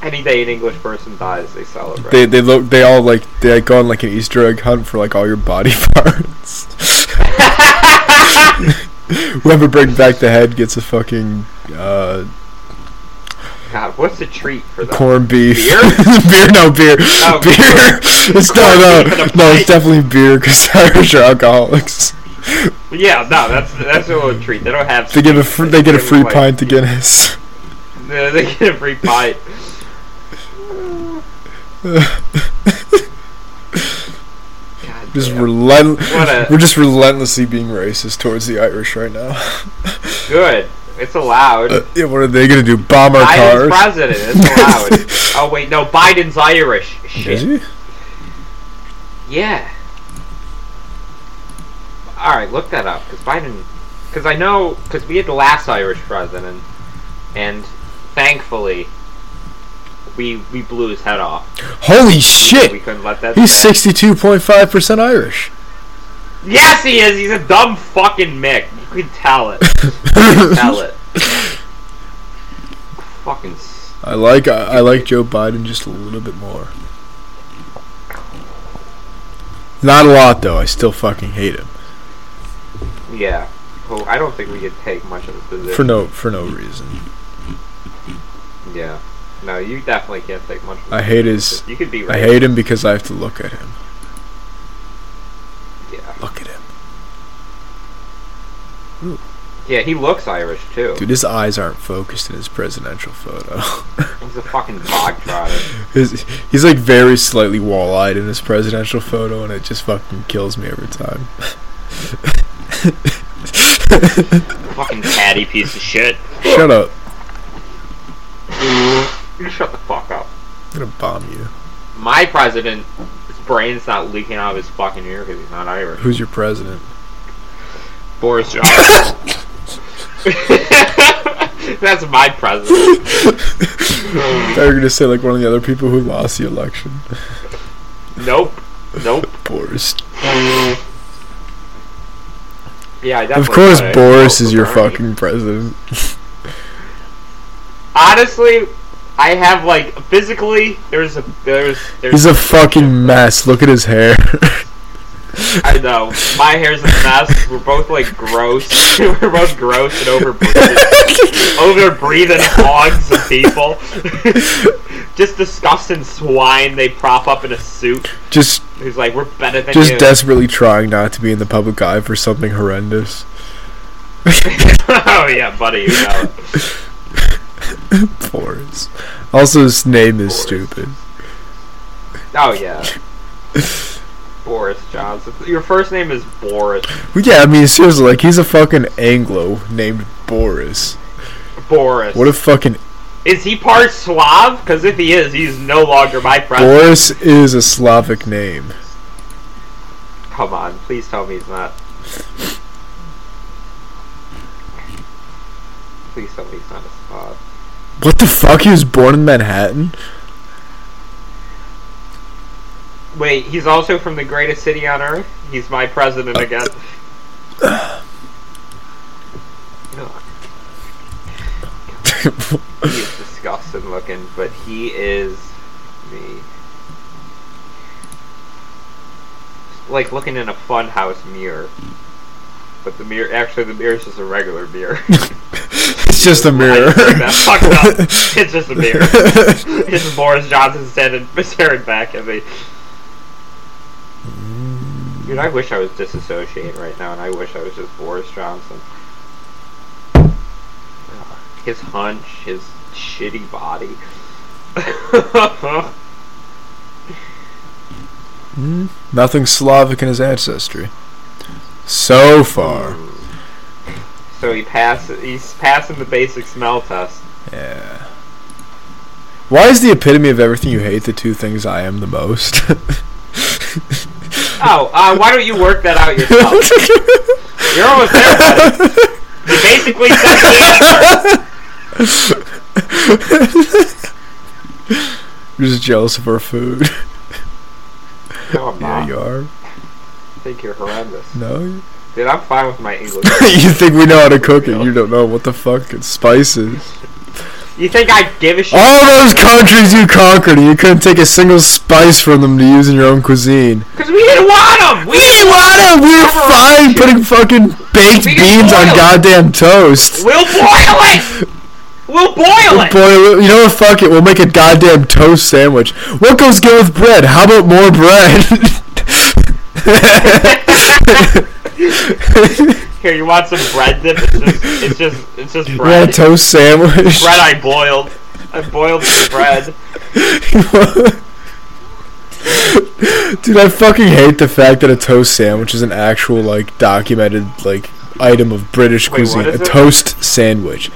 [SPEAKER 2] Any day an English person dies, they celebrate.
[SPEAKER 1] They they look they all like they like, go on like an Easter egg hunt for like all your body <laughs>
[SPEAKER 2] <laughs>
[SPEAKER 1] parts. Whoever brings back the head gets a fucking uh,
[SPEAKER 2] God, what's a treat for them?
[SPEAKER 1] corned beef.
[SPEAKER 2] Beer?
[SPEAKER 1] <laughs> beer? No beer.
[SPEAKER 2] Oh,
[SPEAKER 1] beer.
[SPEAKER 2] beer.
[SPEAKER 1] It's no no
[SPEAKER 2] Corned beef in a
[SPEAKER 1] no. It's
[SPEAKER 2] plate.
[SPEAKER 1] definitely beer <laughs> because Irish are alcoholics.
[SPEAKER 2] Yeah, no, that's that's a little treat. They don't have.
[SPEAKER 1] They get a
[SPEAKER 2] sweets.
[SPEAKER 1] fr- they get a
[SPEAKER 2] give,
[SPEAKER 1] free
[SPEAKER 2] like,
[SPEAKER 1] pint to Guinness.
[SPEAKER 2] <laughs>
[SPEAKER 1] <laughs>
[SPEAKER 2] They, they get a free pint. God
[SPEAKER 1] Just
[SPEAKER 2] damn. What
[SPEAKER 1] relent-
[SPEAKER 2] a-
[SPEAKER 1] We're just relentlessly being racist towards the Irish right now. <laughs>
[SPEAKER 2] good. It's allowed.
[SPEAKER 1] yeah, what are they gonna do? Bomb our cars?
[SPEAKER 2] Biden's president. It's allowed.
[SPEAKER 1] <laughs>
[SPEAKER 2] oh wait, no, Biden's Irish.
[SPEAKER 1] Is
[SPEAKER 2] Shit.
[SPEAKER 1] he?
[SPEAKER 2] Yeah. All right, look that up because Biden, because I know because we had the last Irish president, and thankfully, we we blew his head off.
[SPEAKER 1] Holy
[SPEAKER 2] We
[SPEAKER 1] shit!
[SPEAKER 2] couldn't let that.
[SPEAKER 1] He's sixty-two point five percent Irish.
[SPEAKER 2] Yes, he is. He's a dumb fucking Mick. You can tell it. You can
[SPEAKER 1] <laughs>
[SPEAKER 2] tell it. fucking. s-
[SPEAKER 1] I like I, I like Joe Biden just a little bit more. Not a lot though. I still fucking hate him
[SPEAKER 2] Yeah. Well, I don't think we could take much of a position.
[SPEAKER 1] for no for no reason.
[SPEAKER 2] yeah. No, you definitely can't take much. Of a
[SPEAKER 1] I hate his.
[SPEAKER 2] position. You could be
[SPEAKER 1] I
[SPEAKER 2] right.
[SPEAKER 1] hate him because I have to look at him.
[SPEAKER 2] yeah.
[SPEAKER 1] Look at him,
[SPEAKER 2] Yeah, he looks Irish too.
[SPEAKER 1] dude. His eyes aren't focused in his presidential photo. <laughs>
[SPEAKER 2] He's a fucking bog trotter.
[SPEAKER 1] his, he's like very slightly wall-eyed in his presidential photo, and it just fucking kills me every time. <laughs>
[SPEAKER 2] fucking catty piece of shit.
[SPEAKER 1] Shut up!
[SPEAKER 2] You shut the fuck up.
[SPEAKER 1] I'm gonna bomb you.
[SPEAKER 2] My president is brain's not leaking out of his fucking ear because he's not Irish.
[SPEAKER 1] Who's your president?
[SPEAKER 2] Boris Johnson. <laughs> That's my
[SPEAKER 1] <laughs>
[SPEAKER 2] president.
[SPEAKER 1] I were gonna say like one of the other people who lost the election.
[SPEAKER 2] Nope. Nope.
[SPEAKER 1] Boris.
[SPEAKER 2] Yeah, I
[SPEAKER 1] Of
[SPEAKER 2] definitely
[SPEAKER 1] course,
[SPEAKER 2] gotta
[SPEAKER 1] Boris
[SPEAKER 2] vote
[SPEAKER 1] is
[SPEAKER 2] for
[SPEAKER 1] your
[SPEAKER 2] Bernie.
[SPEAKER 1] fucking president.
[SPEAKER 2] Honestly, I have like physically. There's a there's there's.
[SPEAKER 1] He's a fucking mess. Look at his hair. <laughs>
[SPEAKER 2] I know. My hair's a mess. We're both like gross. <laughs> We're both gross and over <laughs> over breathing hogs of people. <laughs> Just disgusting swine they prop up in a suit.
[SPEAKER 1] just,
[SPEAKER 2] Who's like, we're better than
[SPEAKER 1] just
[SPEAKER 2] you.
[SPEAKER 1] desperately trying not to be in the public eye for something horrendous.
[SPEAKER 2] <laughs> oh yeah, buddy, you know. it.
[SPEAKER 1] Boris. Also, his name is stupid.
[SPEAKER 2] Oh yeah. Boris Johnson. Your first name is Boris.
[SPEAKER 1] Well, yeah, I mean, seriously, like he's a fucking Anglo named Boris.
[SPEAKER 2] Boris.
[SPEAKER 1] What a fucking
[SPEAKER 2] is he part Slav? Because if he is, he's no longer my friend.
[SPEAKER 1] Boris is a Slavic name.
[SPEAKER 2] Come on, please tell me he's not. Please tell me he's not a Slav.
[SPEAKER 1] What the fuck? He was born in Manhattan. <laughs>
[SPEAKER 2] Wait, he's also from the greatest city on earth. He's my president again. No. He is disgusting looking, but he is the like looking in a funhouse mirror. But the mirror, actually, the mirror is just a regular mirror. <laughs>
[SPEAKER 1] it's just a mirror.
[SPEAKER 2] That's
[SPEAKER 1] <laughs>
[SPEAKER 2] fucked up. It's just a mirror. it's just Boris Johnson standing staring back at me. Dude, I wish I was disassociating right now, and I wish I was just Boris Johnson. His hunch, his shitty body. <laughs>
[SPEAKER 1] Hmm? Nothing Slavic in his ancestry. So far.
[SPEAKER 2] so he passes. He's passing the basic smell test.
[SPEAKER 1] Yeah. Why is the epitome of everything you hate the two things I am the most? <laughs>
[SPEAKER 2] Oh, uh, why don't you work that out yourself? You're almost there, buddy. You basically said the
[SPEAKER 1] <laughs>
[SPEAKER 2] answer.
[SPEAKER 1] You're just jealous of our food.
[SPEAKER 2] No, I'm
[SPEAKER 1] Yeah,
[SPEAKER 2] not.
[SPEAKER 1] you are.
[SPEAKER 2] I think you're horrendous.
[SPEAKER 1] No. <laughs>
[SPEAKER 2] Dude, I'm fine with my English.
[SPEAKER 1] you think we know how to cook it? You don't know what the fuck it's spices.
[SPEAKER 2] you think I give a shit?
[SPEAKER 1] All those countries you conquered, you couldn't take a single spice from them to use in your own cuisine.
[SPEAKER 2] Because we didn't want them! We
[SPEAKER 1] We
[SPEAKER 2] didn't want
[SPEAKER 1] wanna, we're fine putting fucking baked
[SPEAKER 2] We can
[SPEAKER 1] beans on
[SPEAKER 2] boil it.
[SPEAKER 1] goddamn toast.
[SPEAKER 2] We'll boil it! We'll boil <laughs> it!
[SPEAKER 1] Boil it. You know what? Fuck it. We'll make a goddamn toast sandwich. What goes good with bread? How about more <laughs> bread?
[SPEAKER 2] Here, you want some bread dip? It's just, it's just, it's just
[SPEAKER 1] You want
[SPEAKER 2] bread.
[SPEAKER 1] a toast sandwich?
[SPEAKER 2] bread I boiled. I boiled some bread.
[SPEAKER 1] <laughs> Dude, I fucking hate the fact that a toast sandwich is an actual like documented like item of British
[SPEAKER 2] Wait, what
[SPEAKER 1] cuisine. A
[SPEAKER 2] is it?
[SPEAKER 1] toast sandwich.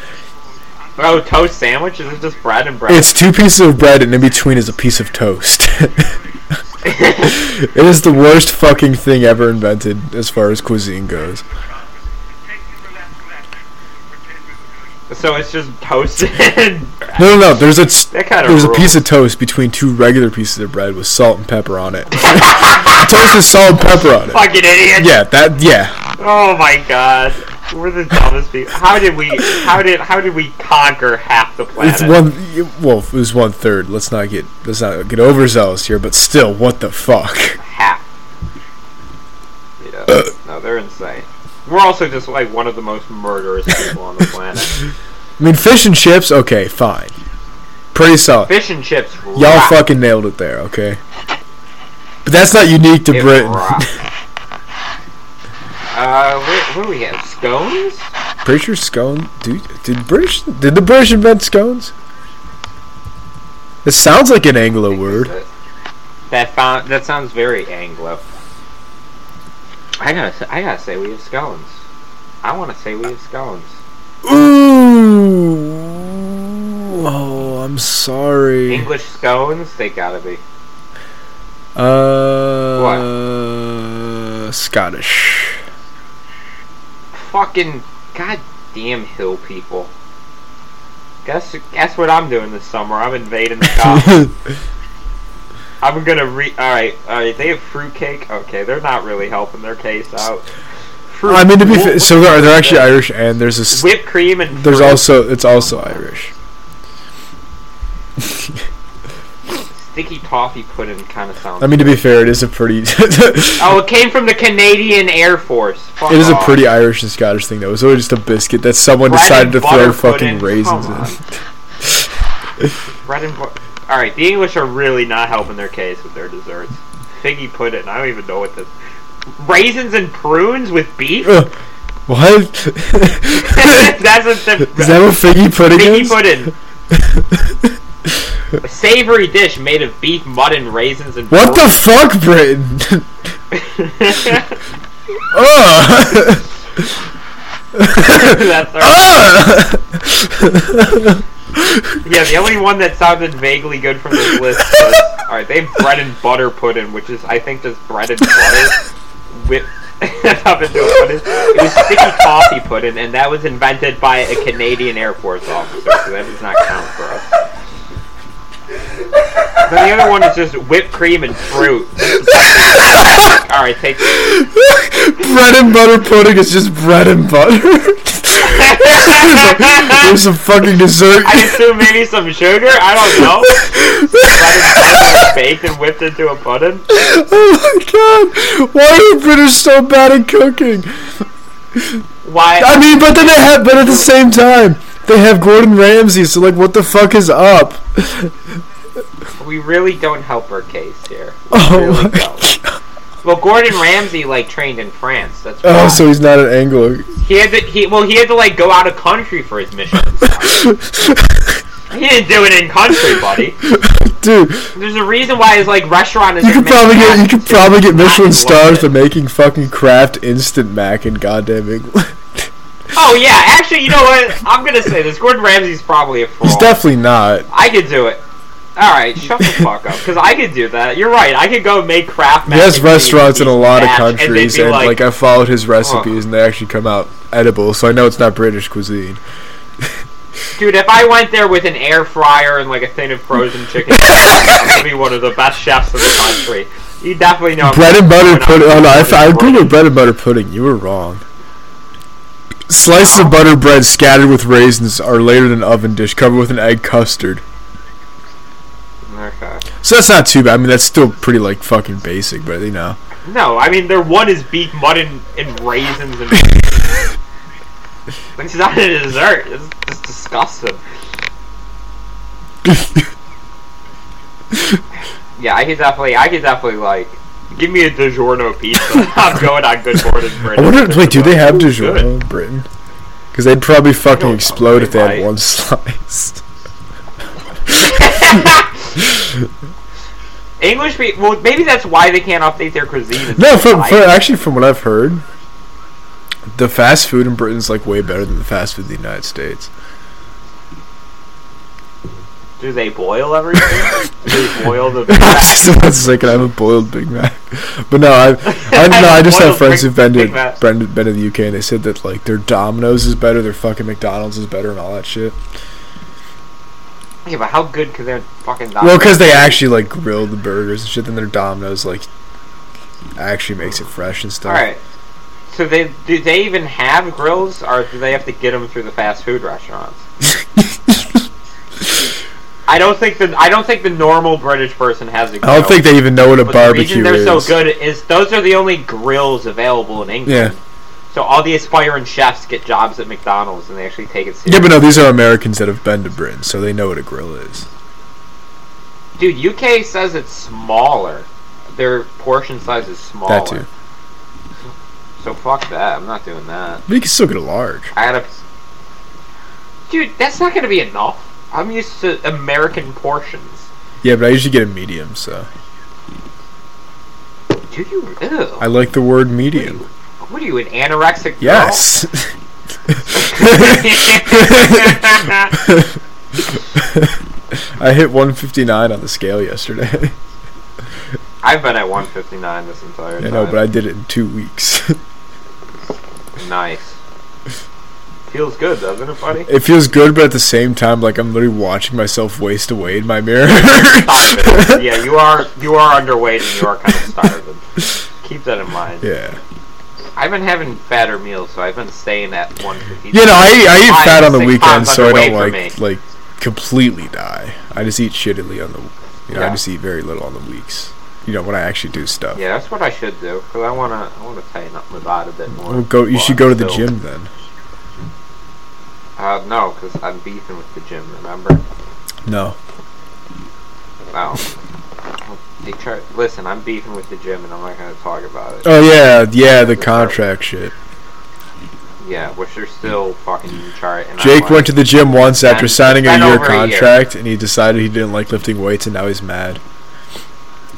[SPEAKER 2] Oh, toast sandwich? Is it just bread and bread?
[SPEAKER 1] It's two pieces of bread and in between is a piece of toast. <laughs> it is the worst fucking thing ever invented as far as cuisine goes.
[SPEAKER 2] <laughs> so it's just toast and <laughs> bread.
[SPEAKER 1] No, no, no. There's a
[SPEAKER 2] That kind of
[SPEAKER 1] there's a piece of toast between two regular pieces of bread with salt and pepper on it. <laughs> toast with salt and pepper on it.
[SPEAKER 2] Fucking idiot!
[SPEAKER 1] Yeah, that yeah.
[SPEAKER 2] Oh my god. We're the dumbest people. How did we? How did? How did we conquer half the planet?
[SPEAKER 1] It's one well, it was one third. Let's not get let's not get overzealous here, but still, what the fuck?
[SPEAKER 2] half. Yeah.
[SPEAKER 1] <coughs>
[SPEAKER 2] no, they're insane. We're also just like one of the most murderous people on the
[SPEAKER 1] <laughs>
[SPEAKER 2] planet.
[SPEAKER 1] I mean, fish and chips. Okay, fine. Pretty solid.
[SPEAKER 2] Fish and chips.
[SPEAKER 1] Y'all
[SPEAKER 2] rock.
[SPEAKER 1] fucking nailed it there, okay? But that's not unique to
[SPEAKER 2] It
[SPEAKER 1] Britain.
[SPEAKER 2] rock. uh, where, where we have scones?
[SPEAKER 1] Pretty sure scone. Dude, did British? Did the British invent scones? It sounds like an Anglo word.
[SPEAKER 2] That found, that sounds very Anglo. I gotta say, I gotta say we have scones. I want to say we have scones.
[SPEAKER 1] Ooh. Oh, I'm sorry.
[SPEAKER 2] English scones, they gotta be.
[SPEAKER 1] Uh,
[SPEAKER 2] <laughs>
[SPEAKER 1] Scottish.
[SPEAKER 2] Fucking goddamn hill people. Guess guess what I'm doing this summer? I'm
[SPEAKER 1] <laughs>
[SPEAKER 2] invading Scotland. I'm gonna re. All right, all right. They have fruitcake. Okay, they're not really helping their case out. Fruit,
[SPEAKER 1] I mean, to be
[SPEAKER 2] wh-
[SPEAKER 1] fair, so they're, they're actually Irish, and there's this.
[SPEAKER 2] whipped cream and
[SPEAKER 1] There's
[SPEAKER 2] fruit.
[SPEAKER 1] also it's also Irish.
[SPEAKER 2] sticky toffee pudding. Kind of sounds.
[SPEAKER 1] I mean, to be fair, it is a pretty. it <laughs>
[SPEAKER 2] oh, it came from the Canadian Air Force. Fuck
[SPEAKER 1] is a
[SPEAKER 2] off.
[SPEAKER 1] pretty Irish and Scottish thing, though. It's really just a biscuit that someone
[SPEAKER 2] Bread
[SPEAKER 1] decided to
[SPEAKER 2] and
[SPEAKER 1] throw
[SPEAKER 2] butter
[SPEAKER 1] fucking
[SPEAKER 2] pudding.
[SPEAKER 1] raisins
[SPEAKER 2] Come
[SPEAKER 1] in.
[SPEAKER 2] on. bread and butter. All right, the English are really not helping their case with their desserts. Figgy pudding. I don't even know what this. Raisins and prunes with beef.
[SPEAKER 1] Ugh, what? <laughs>
[SPEAKER 2] <laughs> That's what the.
[SPEAKER 1] Is that what figgy pudding
[SPEAKER 2] Figgy
[SPEAKER 1] is?
[SPEAKER 2] pudding. A savory dish made of beef, mutton, raisins, and
[SPEAKER 1] What the fuck, Britain?
[SPEAKER 2] the?
[SPEAKER 1] Uh. Ugh.
[SPEAKER 2] That's our-
[SPEAKER 1] Ugh.
[SPEAKER 2] <laughs>
[SPEAKER 1] Uh.
[SPEAKER 2] yeah, the only one that sounded vaguely good from this list. Was, all right, they have bread and butter pudding, which is I think just bread and butter <laughs> whipped up into a pudding. It was sticky coffee pudding, and that was invented by a Canadian Air Force officer, so that does not count for us. Then the other one is just whipped cream and
[SPEAKER 1] <laughs>
[SPEAKER 2] fruit. all right, take.
[SPEAKER 1] bread and butter pudding is just bread and butter. There's some fucking dessert.
[SPEAKER 2] I assume maybe some sugar. I don't know. Bread and butter was baked and whipped into a pudding.
[SPEAKER 1] <laughs> oh my god! Why are the British so bad at cooking?
[SPEAKER 2] Why?
[SPEAKER 1] I mean, but then they have, but at the same time, they have Gordon Ramsay. So like, what the fuck is up? <laughs>
[SPEAKER 2] We really don't help our case here. We
[SPEAKER 1] Oh
[SPEAKER 2] really
[SPEAKER 1] my
[SPEAKER 2] don't. Well, Gordon Ramsay like trained in France. That's why.
[SPEAKER 1] Oh, so he's not an Anglo.
[SPEAKER 2] he had to. He well, he had to like go out of country for his mission. he didn't do it in country, buddy.
[SPEAKER 1] <laughs> Dude,
[SPEAKER 2] There's a reason why his like restaurant is.
[SPEAKER 1] you could probably get you could probably get Michelin stars for
[SPEAKER 2] for
[SPEAKER 1] making fucking Kraft instant mac in goddamn England. <laughs>
[SPEAKER 2] Oh yeah, actually, you know what? I'm gonna say this. Gordon Ramsay's probably a fraud.
[SPEAKER 1] He's definitely not.
[SPEAKER 2] I could do it. All right, shut the fuck up, because I could do that. You're right. I could go make craft.
[SPEAKER 1] He
[SPEAKER 2] mac
[SPEAKER 1] has
[SPEAKER 2] and cheese
[SPEAKER 1] restaurants in a lot of
[SPEAKER 2] batch, and they'd
[SPEAKER 1] countries,
[SPEAKER 2] be
[SPEAKER 1] and like, I followed his recipes,
[SPEAKER 2] Ugh.
[SPEAKER 1] and they actually come out edible. So I know it's not British cuisine.
[SPEAKER 2] Dude, if I went there with an air fryer and like a thing of
[SPEAKER 1] <laughs>
[SPEAKER 2] frozen chicken, I'm gonna be one of the best chefs in the country. You definitely know. I'm
[SPEAKER 1] Bread and butter
[SPEAKER 2] gonna-
[SPEAKER 1] pudding. Oh no, I, I agree
[SPEAKER 2] Right.
[SPEAKER 1] with bread and butter pudding. You were wrong. Slices of butter bread scattered with raisins are layered in an oven dish covered with an egg custard.
[SPEAKER 2] Okay.
[SPEAKER 1] So that's not too bad. I mean, that's still pretty like fucking basic, but you know.
[SPEAKER 2] No, I mean their one is beef mutton and raisins and. It's not a dessert. It's just disgusting. yeah, I could definitely, I could definitely like, give me a DiGiorno pizza. <laughs> I'm going on Good Morning
[SPEAKER 1] I
[SPEAKER 2] Britain.
[SPEAKER 1] wonder. Wait, do they have
[SPEAKER 2] Good.
[SPEAKER 1] DiGiorno in Britain? Because they'd probably fucking
[SPEAKER 2] know,
[SPEAKER 1] explode if they had
[SPEAKER 2] right?
[SPEAKER 1] one <laughs> slice.
[SPEAKER 2] English people. Well, maybe that's why they can't update their cuisine.
[SPEAKER 1] No, from,
[SPEAKER 2] I-
[SPEAKER 1] from actually from what I've heard, the fast food in Britain's like way better than the fast food in the United States.
[SPEAKER 2] do they boil everything? do they
[SPEAKER 1] <laughs>
[SPEAKER 2] boil the?
[SPEAKER 1] I was just about to say, can I have a boiled Big Mac? But no, I, I no, I just have
[SPEAKER 2] Boiled
[SPEAKER 1] friends
[SPEAKER 2] Big-
[SPEAKER 1] who've been to
[SPEAKER 2] Big Mac.
[SPEAKER 1] been, been to the UK and they said that like their Domino's is better, their fucking McDonald's is better, and all that shit.
[SPEAKER 2] Yeah, but how good could their fucking?
[SPEAKER 1] Well, because they actually like grill the burgers and shit, then their Domino's like actually makes it fresh and
[SPEAKER 2] All
[SPEAKER 1] stuff.
[SPEAKER 2] right. So they do they even have grills, or do they have to get them through the fast
[SPEAKER 1] <laughs>
[SPEAKER 2] food restaurants? I don't think the I don't think the normal British person has a grill.
[SPEAKER 1] I don't think they even know what a
[SPEAKER 2] but
[SPEAKER 1] barbecue
[SPEAKER 2] the reason
[SPEAKER 1] is.
[SPEAKER 2] they're so good is those are the only grills available in
[SPEAKER 1] Yeah,
[SPEAKER 2] England. So all the aspiring chefs get jobs at McDonald's and they actually take it seriously.
[SPEAKER 1] yeah, but no, these are Americans that have been to Britain, so they know what a grill is.
[SPEAKER 2] Dude, UK says it's smaller. Their portion size is smaller.
[SPEAKER 1] That too.
[SPEAKER 2] So fuck that. I'm not doing that.
[SPEAKER 1] But you can still get a large.
[SPEAKER 2] I gotta. Dude, that's not gonna be enough. I'm used to American portions.
[SPEAKER 1] Yeah, but I usually get a medium, so
[SPEAKER 2] Do you? Ew.
[SPEAKER 1] I like the word medium.
[SPEAKER 2] What are you, an anorexic? girl?
[SPEAKER 1] Yes. I hit 159 on the scale yesterday.
[SPEAKER 2] <laughs> I've been at 159 this
[SPEAKER 1] <laughs>
[SPEAKER 2] entire
[SPEAKER 1] I
[SPEAKER 2] time.
[SPEAKER 1] know, but I did it in two weeks. <laughs>
[SPEAKER 2] Nice. Feels good, doesn't it, buddy? <laughs>
[SPEAKER 1] it feels good, but at the same time, like I'm literally watching myself waste away in my mirror. <laughs>
[SPEAKER 2] Stop it. yeah, you are you are underweight and you are kind of starving. Keep that in mind.
[SPEAKER 1] yeah.
[SPEAKER 2] I've been having fatter meals, so I've been staying at 150.
[SPEAKER 1] You know, I, I eat
[SPEAKER 2] Five
[SPEAKER 1] fat
[SPEAKER 2] to
[SPEAKER 1] on the
[SPEAKER 2] six
[SPEAKER 1] weekends,
[SPEAKER 2] pounds
[SPEAKER 1] so I
[SPEAKER 2] underweight
[SPEAKER 1] don't
[SPEAKER 2] for
[SPEAKER 1] like
[SPEAKER 2] me.
[SPEAKER 1] like completely die. I just eat shittily on the, you know, I
[SPEAKER 2] Yeah.
[SPEAKER 1] just eat very little on the weeks. You know, when I actually do stuff.
[SPEAKER 2] Yeah, that's what I should do because I wanna I wanna tighten up my body a bit more.
[SPEAKER 1] Well, go. You
[SPEAKER 2] Well,
[SPEAKER 1] should go to the
[SPEAKER 2] so-
[SPEAKER 1] gym then.
[SPEAKER 2] Uh, no, because I'm beefing with the gym. Remember?
[SPEAKER 1] No.
[SPEAKER 2] Oh. They try, listen, I'm beefing with the gym, and I'm not gonna talk about it.
[SPEAKER 1] Oh yeah, yeah, the contract shit.
[SPEAKER 2] Yeah, which they're still fucking in chart. And I'm
[SPEAKER 1] Jake
[SPEAKER 2] like-
[SPEAKER 1] went to the gym once after
[SPEAKER 2] And
[SPEAKER 1] signing a
[SPEAKER 2] spent
[SPEAKER 1] year
[SPEAKER 2] over a year.
[SPEAKER 1] contract, and he decided he didn't like lifting weights, and now he's mad. <laughs>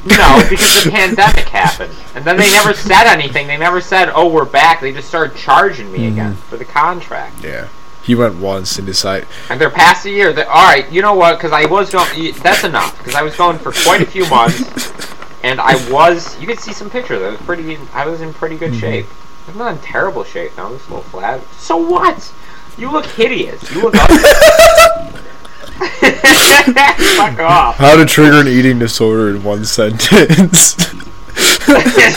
[SPEAKER 2] No, because the pandemic happened. And then they never said anything. They never said, oh, we're back. They just started charging
[SPEAKER 1] Mm-hmm.
[SPEAKER 2] me again for the contract.
[SPEAKER 1] Yeah. He went once and decided.
[SPEAKER 2] And they're past the year. They're, all right, you know what? Because I was going. That's enough. Because I was going for quite a few months. And I was. You could see some pictures. I was pretty. I was in pretty good
[SPEAKER 1] Mm-hmm.
[SPEAKER 2] shape. I'm not in terrible shape now. I'm just a little flat. So what? You look hideous. You look ugly. <laughs> Fuck off. <laughs>
[SPEAKER 1] How to trigger an eating disorder in one <laughs> sentence.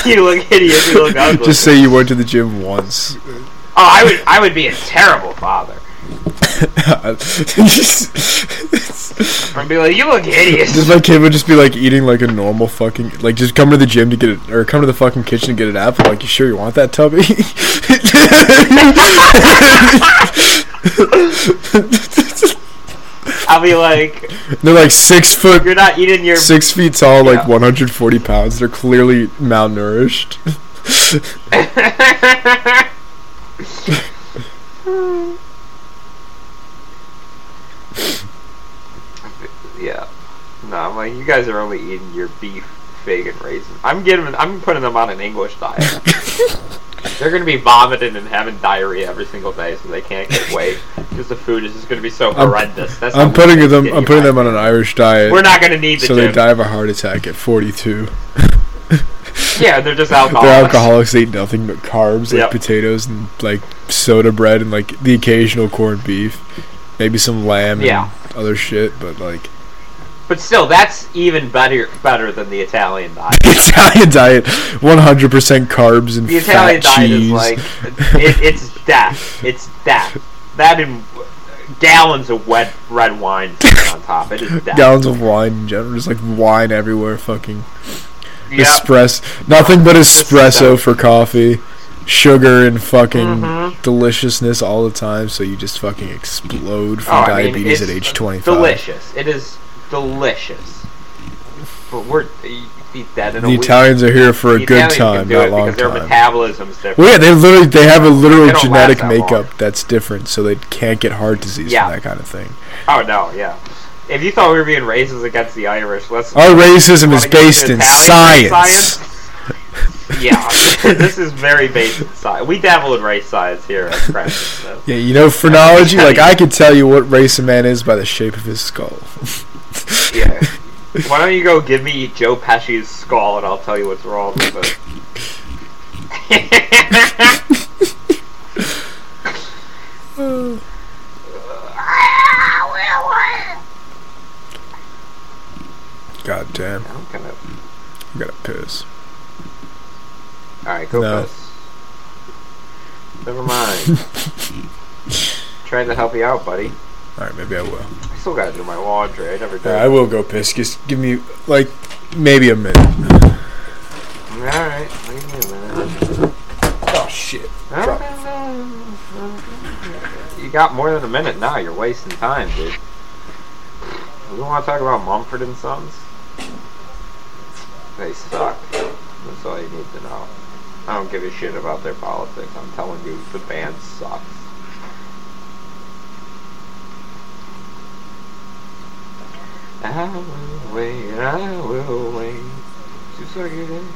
[SPEAKER 2] you look hideous. You look ugly.
[SPEAKER 1] Just say you went to the gym once. <laughs>
[SPEAKER 2] Oh, I would I would be a terrible father.
[SPEAKER 1] just
[SPEAKER 2] I'd be like, you look hideous.
[SPEAKER 1] my kid would just be like eating like a normal fucking like just come to the gym to get it or come to the fucking kitchen and get an apple. Like you sure you want that tubby? <laughs>
[SPEAKER 2] I'll be like,
[SPEAKER 1] They're like six
[SPEAKER 2] you're
[SPEAKER 1] foot,
[SPEAKER 2] not eating your.
[SPEAKER 1] six feet tall, like
[SPEAKER 2] Yeah.
[SPEAKER 1] 140 pounds. They're clearly
[SPEAKER 2] <laughs>
[SPEAKER 1] malnourished.
[SPEAKER 2] <laughs> yeah, no, I'm like, you guys are only eating your beef, fig, and raisin. I'm getting, I'm putting them on an English
[SPEAKER 1] <laughs>
[SPEAKER 2] diet. They're gonna be vomiting and having diarrhea every single day, so they can't get weight because the food is just gonna be so
[SPEAKER 1] I'm-
[SPEAKER 2] horrendous. That's
[SPEAKER 1] I'm
[SPEAKER 2] how we're
[SPEAKER 1] putting
[SPEAKER 2] gonna
[SPEAKER 1] them.
[SPEAKER 2] get
[SPEAKER 1] I'm
[SPEAKER 2] you
[SPEAKER 1] putting
[SPEAKER 2] back.
[SPEAKER 1] them on an Irish diet,
[SPEAKER 2] We're not gonna need the
[SPEAKER 1] so they
[SPEAKER 2] gym.
[SPEAKER 1] die of a heart attack at <laughs> 42.
[SPEAKER 2] yeah, they're
[SPEAKER 1] <laughs>
[SPEAKER 2] just
[SPEAKER 1] They're
[SPEAKER 2] alcoholics.
[SPEAKER 1] alcoholics. They eat nothing but carbs, like
[SPEAKER 2] Yep.
[SPEAKER 1] potatoes and like soda bread and like the occasional corned beef, maybe some lamb
[SPEAKER 2] Yeah.
[SPEAKER 1] and other shit. But like <laughs>
[SPEAKER 2] But still, that's even better better than the Italian diet.
[SPEAKER 1] Italian diet, 100 percent carbs and
[SPEAKER 2] The Italian
[SPEAKER 1] fat
[SPEAKER 2] diet
[SPEAKER 1] cheese.
[SPEAKER 2] is like it, it's death. It's death. That and gallons of wet red wine on top. It is death.
[SPEAKER 1] Gallons of wine in general, just like wine everywhere. Fucking
[SPEAKER 2] Yep.
[SPEAKER 1] espresso, nothing but espresso
[SPEAKER 2] dope.
[SPEAKER 1] for coffee, sugar and fucking
[SPEAKER 2] Mhm.
[SPEAKER 1] deliciousness all the time. So you just fucking explode
[SPEAKER 2] Oh,
[SPEAKER 1] from
[SPEAKER 2] I mean,
[SPEAKER 1] diabetes
[SPEAKER 2] it's
[SPEAKER 1] at age 25.
[SPEAKER 2] Delicious. It is delicious. But we're you eat that in a
[SPEAKER 1] The
[SPEAKER 2] week.
[SPEAKER 1] Italians are here for a
[SPEAKER 2] The
[SPEAKER 1] good
[SPEAKER 2] Italians can
[SPEAKER 1] time,
[SPEAKER 2] do
[SPEAKER 1] not
[SPEAKER 2] it
[SPEAKER 1] long
[SPEAKER 2] because their
[SPEAKER 1] time.
[SPEAKER 2] metabolism's different.
[SPEAKER 1] Well, yeah, they literally they have a literal
[SPEAKER 2] They don't
[SPEAKER 1] genetic
[SPEAKER 2] last that long.
[SPEAKER 1] makeup that's different, so they can't get heart disease
[SPEAKER 2] Yeah.
[SPEAKER 1] from that kind of thing.
[SPEAKER 2] Oh no, yeah. If you thought we were being racist against the Irish, let's
[SPEAKER 1] Our racism is
[SPEAKER 2] Wanna get
[SPEAKER 1] based
[SPEAKER 2] into
[SPEAKER 1] in
[SPEAKER 2] Italian
[SPEAKER 1] science. <laughs>
[SPEAKER 2] science? yeah, this is very based in science. We dabble in race science here at Prentice. So.
[SPEAKER 1] Yeah, you know phrenology.
[SPEAKER 2] Yeah.
[SPEAKER 1] Like I could tell you what race a man is by the shape of his skull.
[SPEAKER 2] Yeah. Why don't you go give me Joe Pesci's skull and I'll tell you what's wrong with it.
[SPEAKER 1] <laughs> God damn,
[SPEAKER 2] I'm gonna.
[SPEAKER 1] I gotta piss.
[SPEAKER 2] Alright, go
[SPEAKER 1] No.
[SPEAKER 2] piss. Never mind.
[SPEAKER 1] <laughs>
[SPEAKER 2] Trying to help you out, buddy.
[SPEAKER 1] All right, maybe I will.
[SPEAKER 2] I still gotta do my laundry. I never do.
[SPEAKER 1] All right, I will go piss. Just give me like maybe a minute.
[SPEAKER 2] Alright, wait a minute.
[SPEAKER 1] Oh shit!
[SPEAKER 2] You got more than a minute now. You're wasting time, dude. We want to talk about Mumford and Sons. They suck. That's all you need to know. I don't give a shit about their politics. I'm telling you, the band sucks. I will wait. I will wait. Just like it is.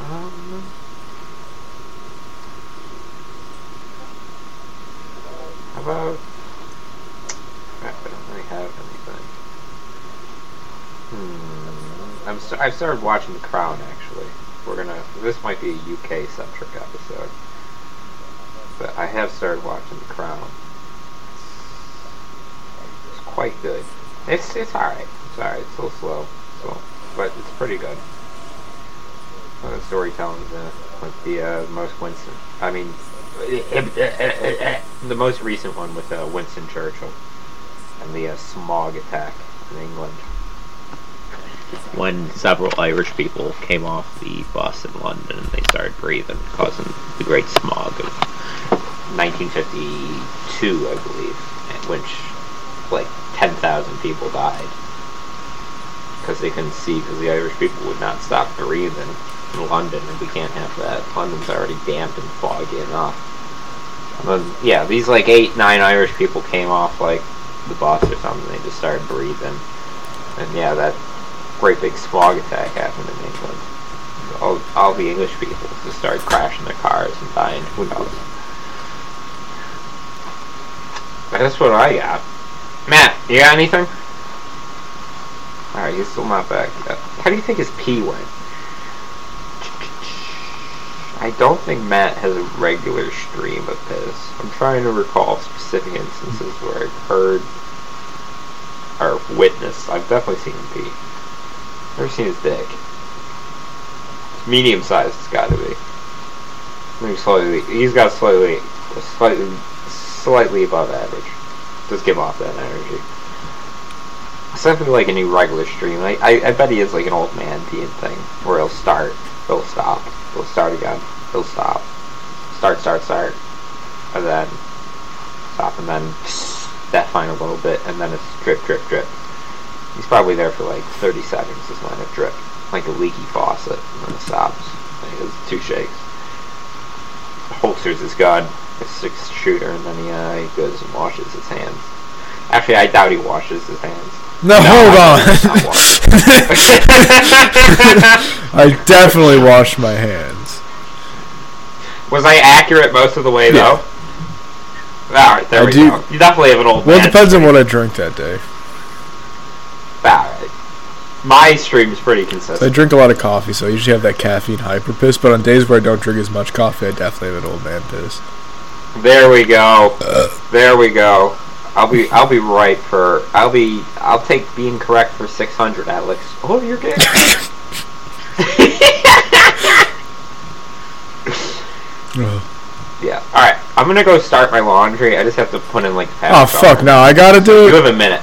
[SPEAKER 2] Um, How about? Crap, I don't really have anything. Hmm. I'm st- I've started watching The Crown actually. We're gonna. This might be a UK centric episode, but I have started watching The Crown. It's quite good. It's it's all right. It's all right. It's a little slow, so but it's pretty good. Uh, storytelling is in it with the uh, most Winston. I mean, eh, the most recent one with uh, Winston Churchill and the uh, smog attack in England.
[SPEAKER 4] when several Irish people came off the bus in London and they started breathing, causing the great smog of
[SPEAKER 2] 1952, I believe, in which like 10,000 people died because they couldn't see because the Irish people would not stop breathing in London, and we can't have that. London's already damp and foggy enough. And then, yeah, these like eight, nine Irish people came off like the bus or something. They just started breathing, and yeah, that great big smog attack happened in England. All, all the English people just started crashing their cars and dying. Who knows? That's what I got. Matt, you got anything? Alright, he's still not back yet. How do you think his pee went? I don't think Matt has a regular stream of piss. I'm trying to recall specific instances where I've heard or witnessed. I've definitely seen him pee. Never seen his dick. It's medium sized, it's gotta be. Maybe slightly. He's got slightly, slightly, slightly above average. Does give off that energy. It's definitely like a new regular stream. I, I, I bet he is like an old man peeing thing, where he'll start, he'll stop, he'll start again, he'll stop, start, start, start, and then stop, and then that final little bit, and then it's drip, drip, drip. He's probably there for like 30 seconds, is when it drip, like a leaky faucet, and then it stops. And he does two shakes. Holsters his gun, his six shooter, and then he, uh, he goes and washes his hands. Actually, I doubt he washes his hands.
[SPEAKER 1] No, hold on. <laughs> I definitely wash my hands.
[SPEAKER 2] Was I accurate most of the way
[SPEAKER 1] Yeah.
[SPEAKER 2] though? All right, there
[SPEAKER 1] I
[SPEAKER 2] we
[SPEAKER 1] do-
[SPEAKER 2] go. You definitely have an old
[SPEAKER 1] Well, it
[SPEAKER 2] man.
[SPEAKER 1] depends on what I drink that day.
[SPEAKER 2] All right. My stream's
[SPEAKER 1] I
[SPEAKER 2] pretty consistent.
[SPEAKER 1] drink a lot of coffee, so I usually have that caffeine hyper piss. But on days where I don't drink as much coffee, I definitely have an old man piss.
[SPEAKER 2] There we go.
[SPEAKER 1] Uh.
[SPEAKER 2] There we go. I'll be I'll be right for I'll be I'll take being correct for 600, Alex. Oh,
[SPEAKER 1] <laughs>
[SPEAKER 2] you're good.
[SPEAKER 1] Ugh.
[SPEAKER 2] yeah. All right. I'm gonna go start my laundry. I just have to put in like.
[SPEAKER 1] Oh
[SPEAKER 2] half an hour.
[SPEAKER 1] fuck! Now I gotta do
[SPEAKER 2] You
[SPEAKER 1] it.
[SPEAKER 2] have a minute.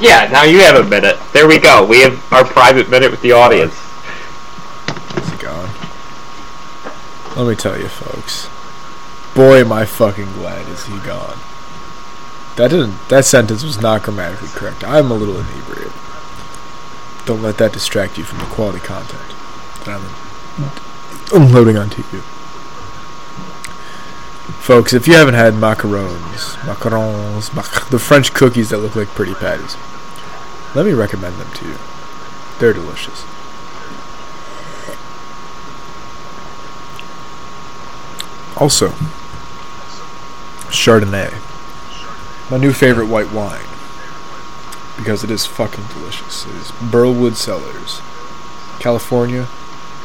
[SPEAKER 2] Yeah, now you have a minute. There we go. We have our private minute with the audience.
[SPEAKER 1] Is it gone? Let me tell you, folks. Boy, am I fucking glad is he gone. That didn't. That sentence was not grammatically correct. I'm a little inebriated. Don't let that distract you from the quality content that I'm unloading onto you, folks. If you haven't had macarons, macarons, mac- the French cookies that look like pretty patties, let me recommend them to you. They're delicious. Also, Chardonnay. My new favorite white wine. Because it is fucking delicious. It is Burlwood Cellars, California,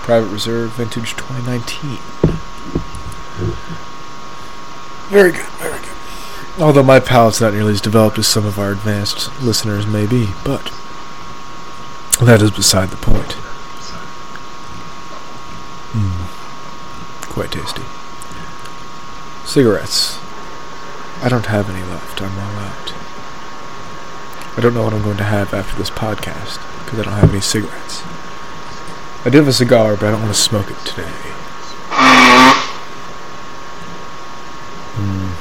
[SPEAKER 1] Private Reserve, Vintage 2019. Very good, very good. Although my palate's not nearly as developed as some of our advanced listeners may be, but that is beside the point. Mm, quite tasty. Cigarettes. I don't have any left. I'm all out. I don't know what I'm going to have after this podcast because I don't have any cigarettes. I do have a cigar, but I don't want to smoke it today. Hmm.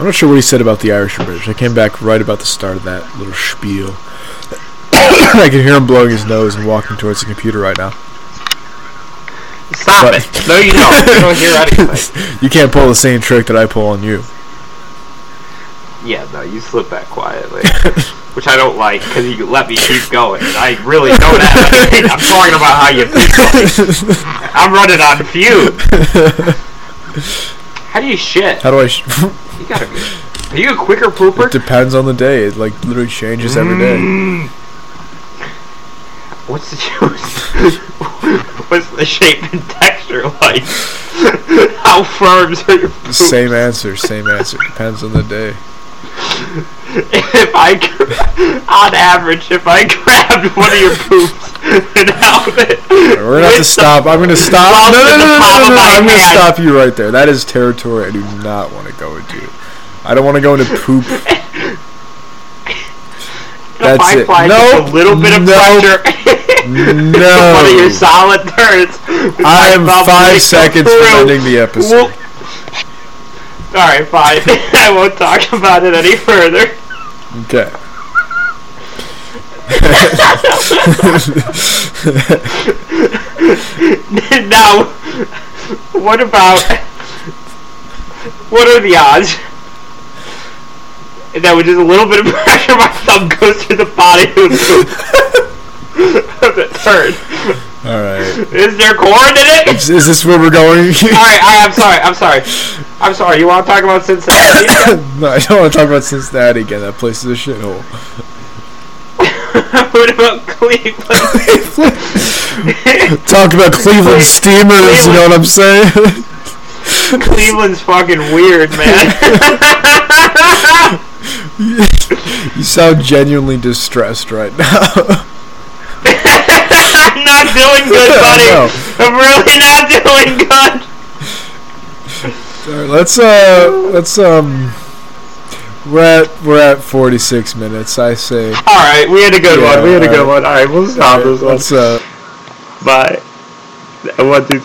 [SPEAKER 1] I'm not sure what he said about the Irish Bridge. I came back right about the start of that little spiel. <coughs> I can hear him blowing his nose and walking towards the computer right now. <coughs>
[SPEAKER 2] Stop
[SPEAKER 1] But-
[SPEAKER 2] it. No, you don't. You
[SPEAKER 1] <laughs>
[SPEAKER 2] don't hear anything.
[SPEAKER 1] you can't pull the same trick that I pull on you.
[SPEAKER 2] Yeah, no, you slip
[SPEAKER 1] <laughs>
[SPEAKER 2] back quietly, which I don't like because you let me keep going. I really don't have anything. I'm talking about how you. I'm running on fumes. How do you
[SPEAKER 1] <laughs>
[SPEAKER 2] shit?
[SPEAKER 1] How do I?
[SPEAKER 2] <laughs>
[SPEAKER 1] Sh-
[SPEAKER 2] You gotta be. Are you a quicker
[SPEAKER 1] it
[SPEAKER 2] pooper?
[SPEAKER 1] depends on the day. It like literally changes every day.
[SPEAKER 2] Mm. What's the <laughs> What's the shape and texture like? <laughs> How firm are your poops?
[SPEAKER 1] Same answer. Same answer. Depends on the day.
[SPEAKER 2] If I, gr- on average, if I <laughs> grabbed one of your poops and held it,
[SPEAKER 1] We're gonna have to
[SPEAKER 2] with
[SPEAKER 1] stop. I'm gonna stop.
[SPEAKER 2] Lost
[SPEAKER 1] No, no,
[SPEAKER 2] in
[SPEAKER 1] no,
[SPEAKER 2] the
[SPEAKER 1] no, no,
[SPEAKER 2] palm
[SPEAKER 1] no,
[SPEAKER 2] of
[SPEAKER 1] no,
[SPEAKER 2] my
[SPEAKER 1] I'm gonna
[SPEAKER 2] hand.
[SPEAKER 1] stop you right there. That is territory I do not want to go into. I don't want to go into
[SPEAKER 2] <laughs>
[SPEAKER 1] poop.
[SPEAKER 2] the- if
[SPEAKER 1] That's
[SPEAKER 2] I
[SPEAKER 1] it.
[SPEAKER 2] applied just
[SPEAKER 1] Nope.
[SPEAKER 2] a little bit of
[SPEAKER 1] Nope.
[SPEAKER 2] pressure. <laughs>
[SPEAKER 1] No.
[SPEAKER 2] One of your solid turns.
[SPEAKER 1] I am five
[SPEAKER 2] <laughs>
[SPEAKER 1] seconds from ending the episode.
[SPEAKER 2] Sorry, fine. <laughs> I won't talk about it any further. <laughs>
[SPEAKER 1] Okay. <laughs>
[SPEAKER 2] now, what about what are the odds that with just a little bit of pressure, my thumb goes through the body of the poop of the turd?
[SPEAKER 1] All right.
[SPEAKER 2] Is there corn in it?
[SPEAKER 1] Is, is this where we're going?
[SPEAKER 2] All right, I, I'm sorry. I'm sorry. I'm sorry. You want to talk about <laughs> Cincinnati?
[SPEAKER 1] no, I don't want to talk about Cincinnati again. That place is a shithole. <laughs>
[SPEAKER 2] what about Cleveland?
[SPEAKER 1] Talk about Cleveland Steamers. You know what I'm saying?
[SPEAKER 2] <laughs>
[SPEAKER 1] <laughs>
[SPEAKER 2] Cleveland's fucking weird, <laughs> man.
[SPEAKER 1] you sound genuinely distressed right now. <laughs>
[SPEAKER 2] I'm not doing good, buddy.
[SPEAKER 1] No.
[SPEAKER 2] I'm really not doing good.
[SPEAKER 1] All right, let's uh, let's um, we're at we're at 46 minutes. I say.
[SPEAKER 2] All right, we had a good
[SPEAKER 1] Yeah,
[SPEAKER 2] one. We had a good
[SPEAKER 1] alright. uh,
[SPEAKER 2] one. All right, we'll stop this one.
[SPEAKER 1] Let's uh.
[SPEAKER 2] Bye. One, two, three.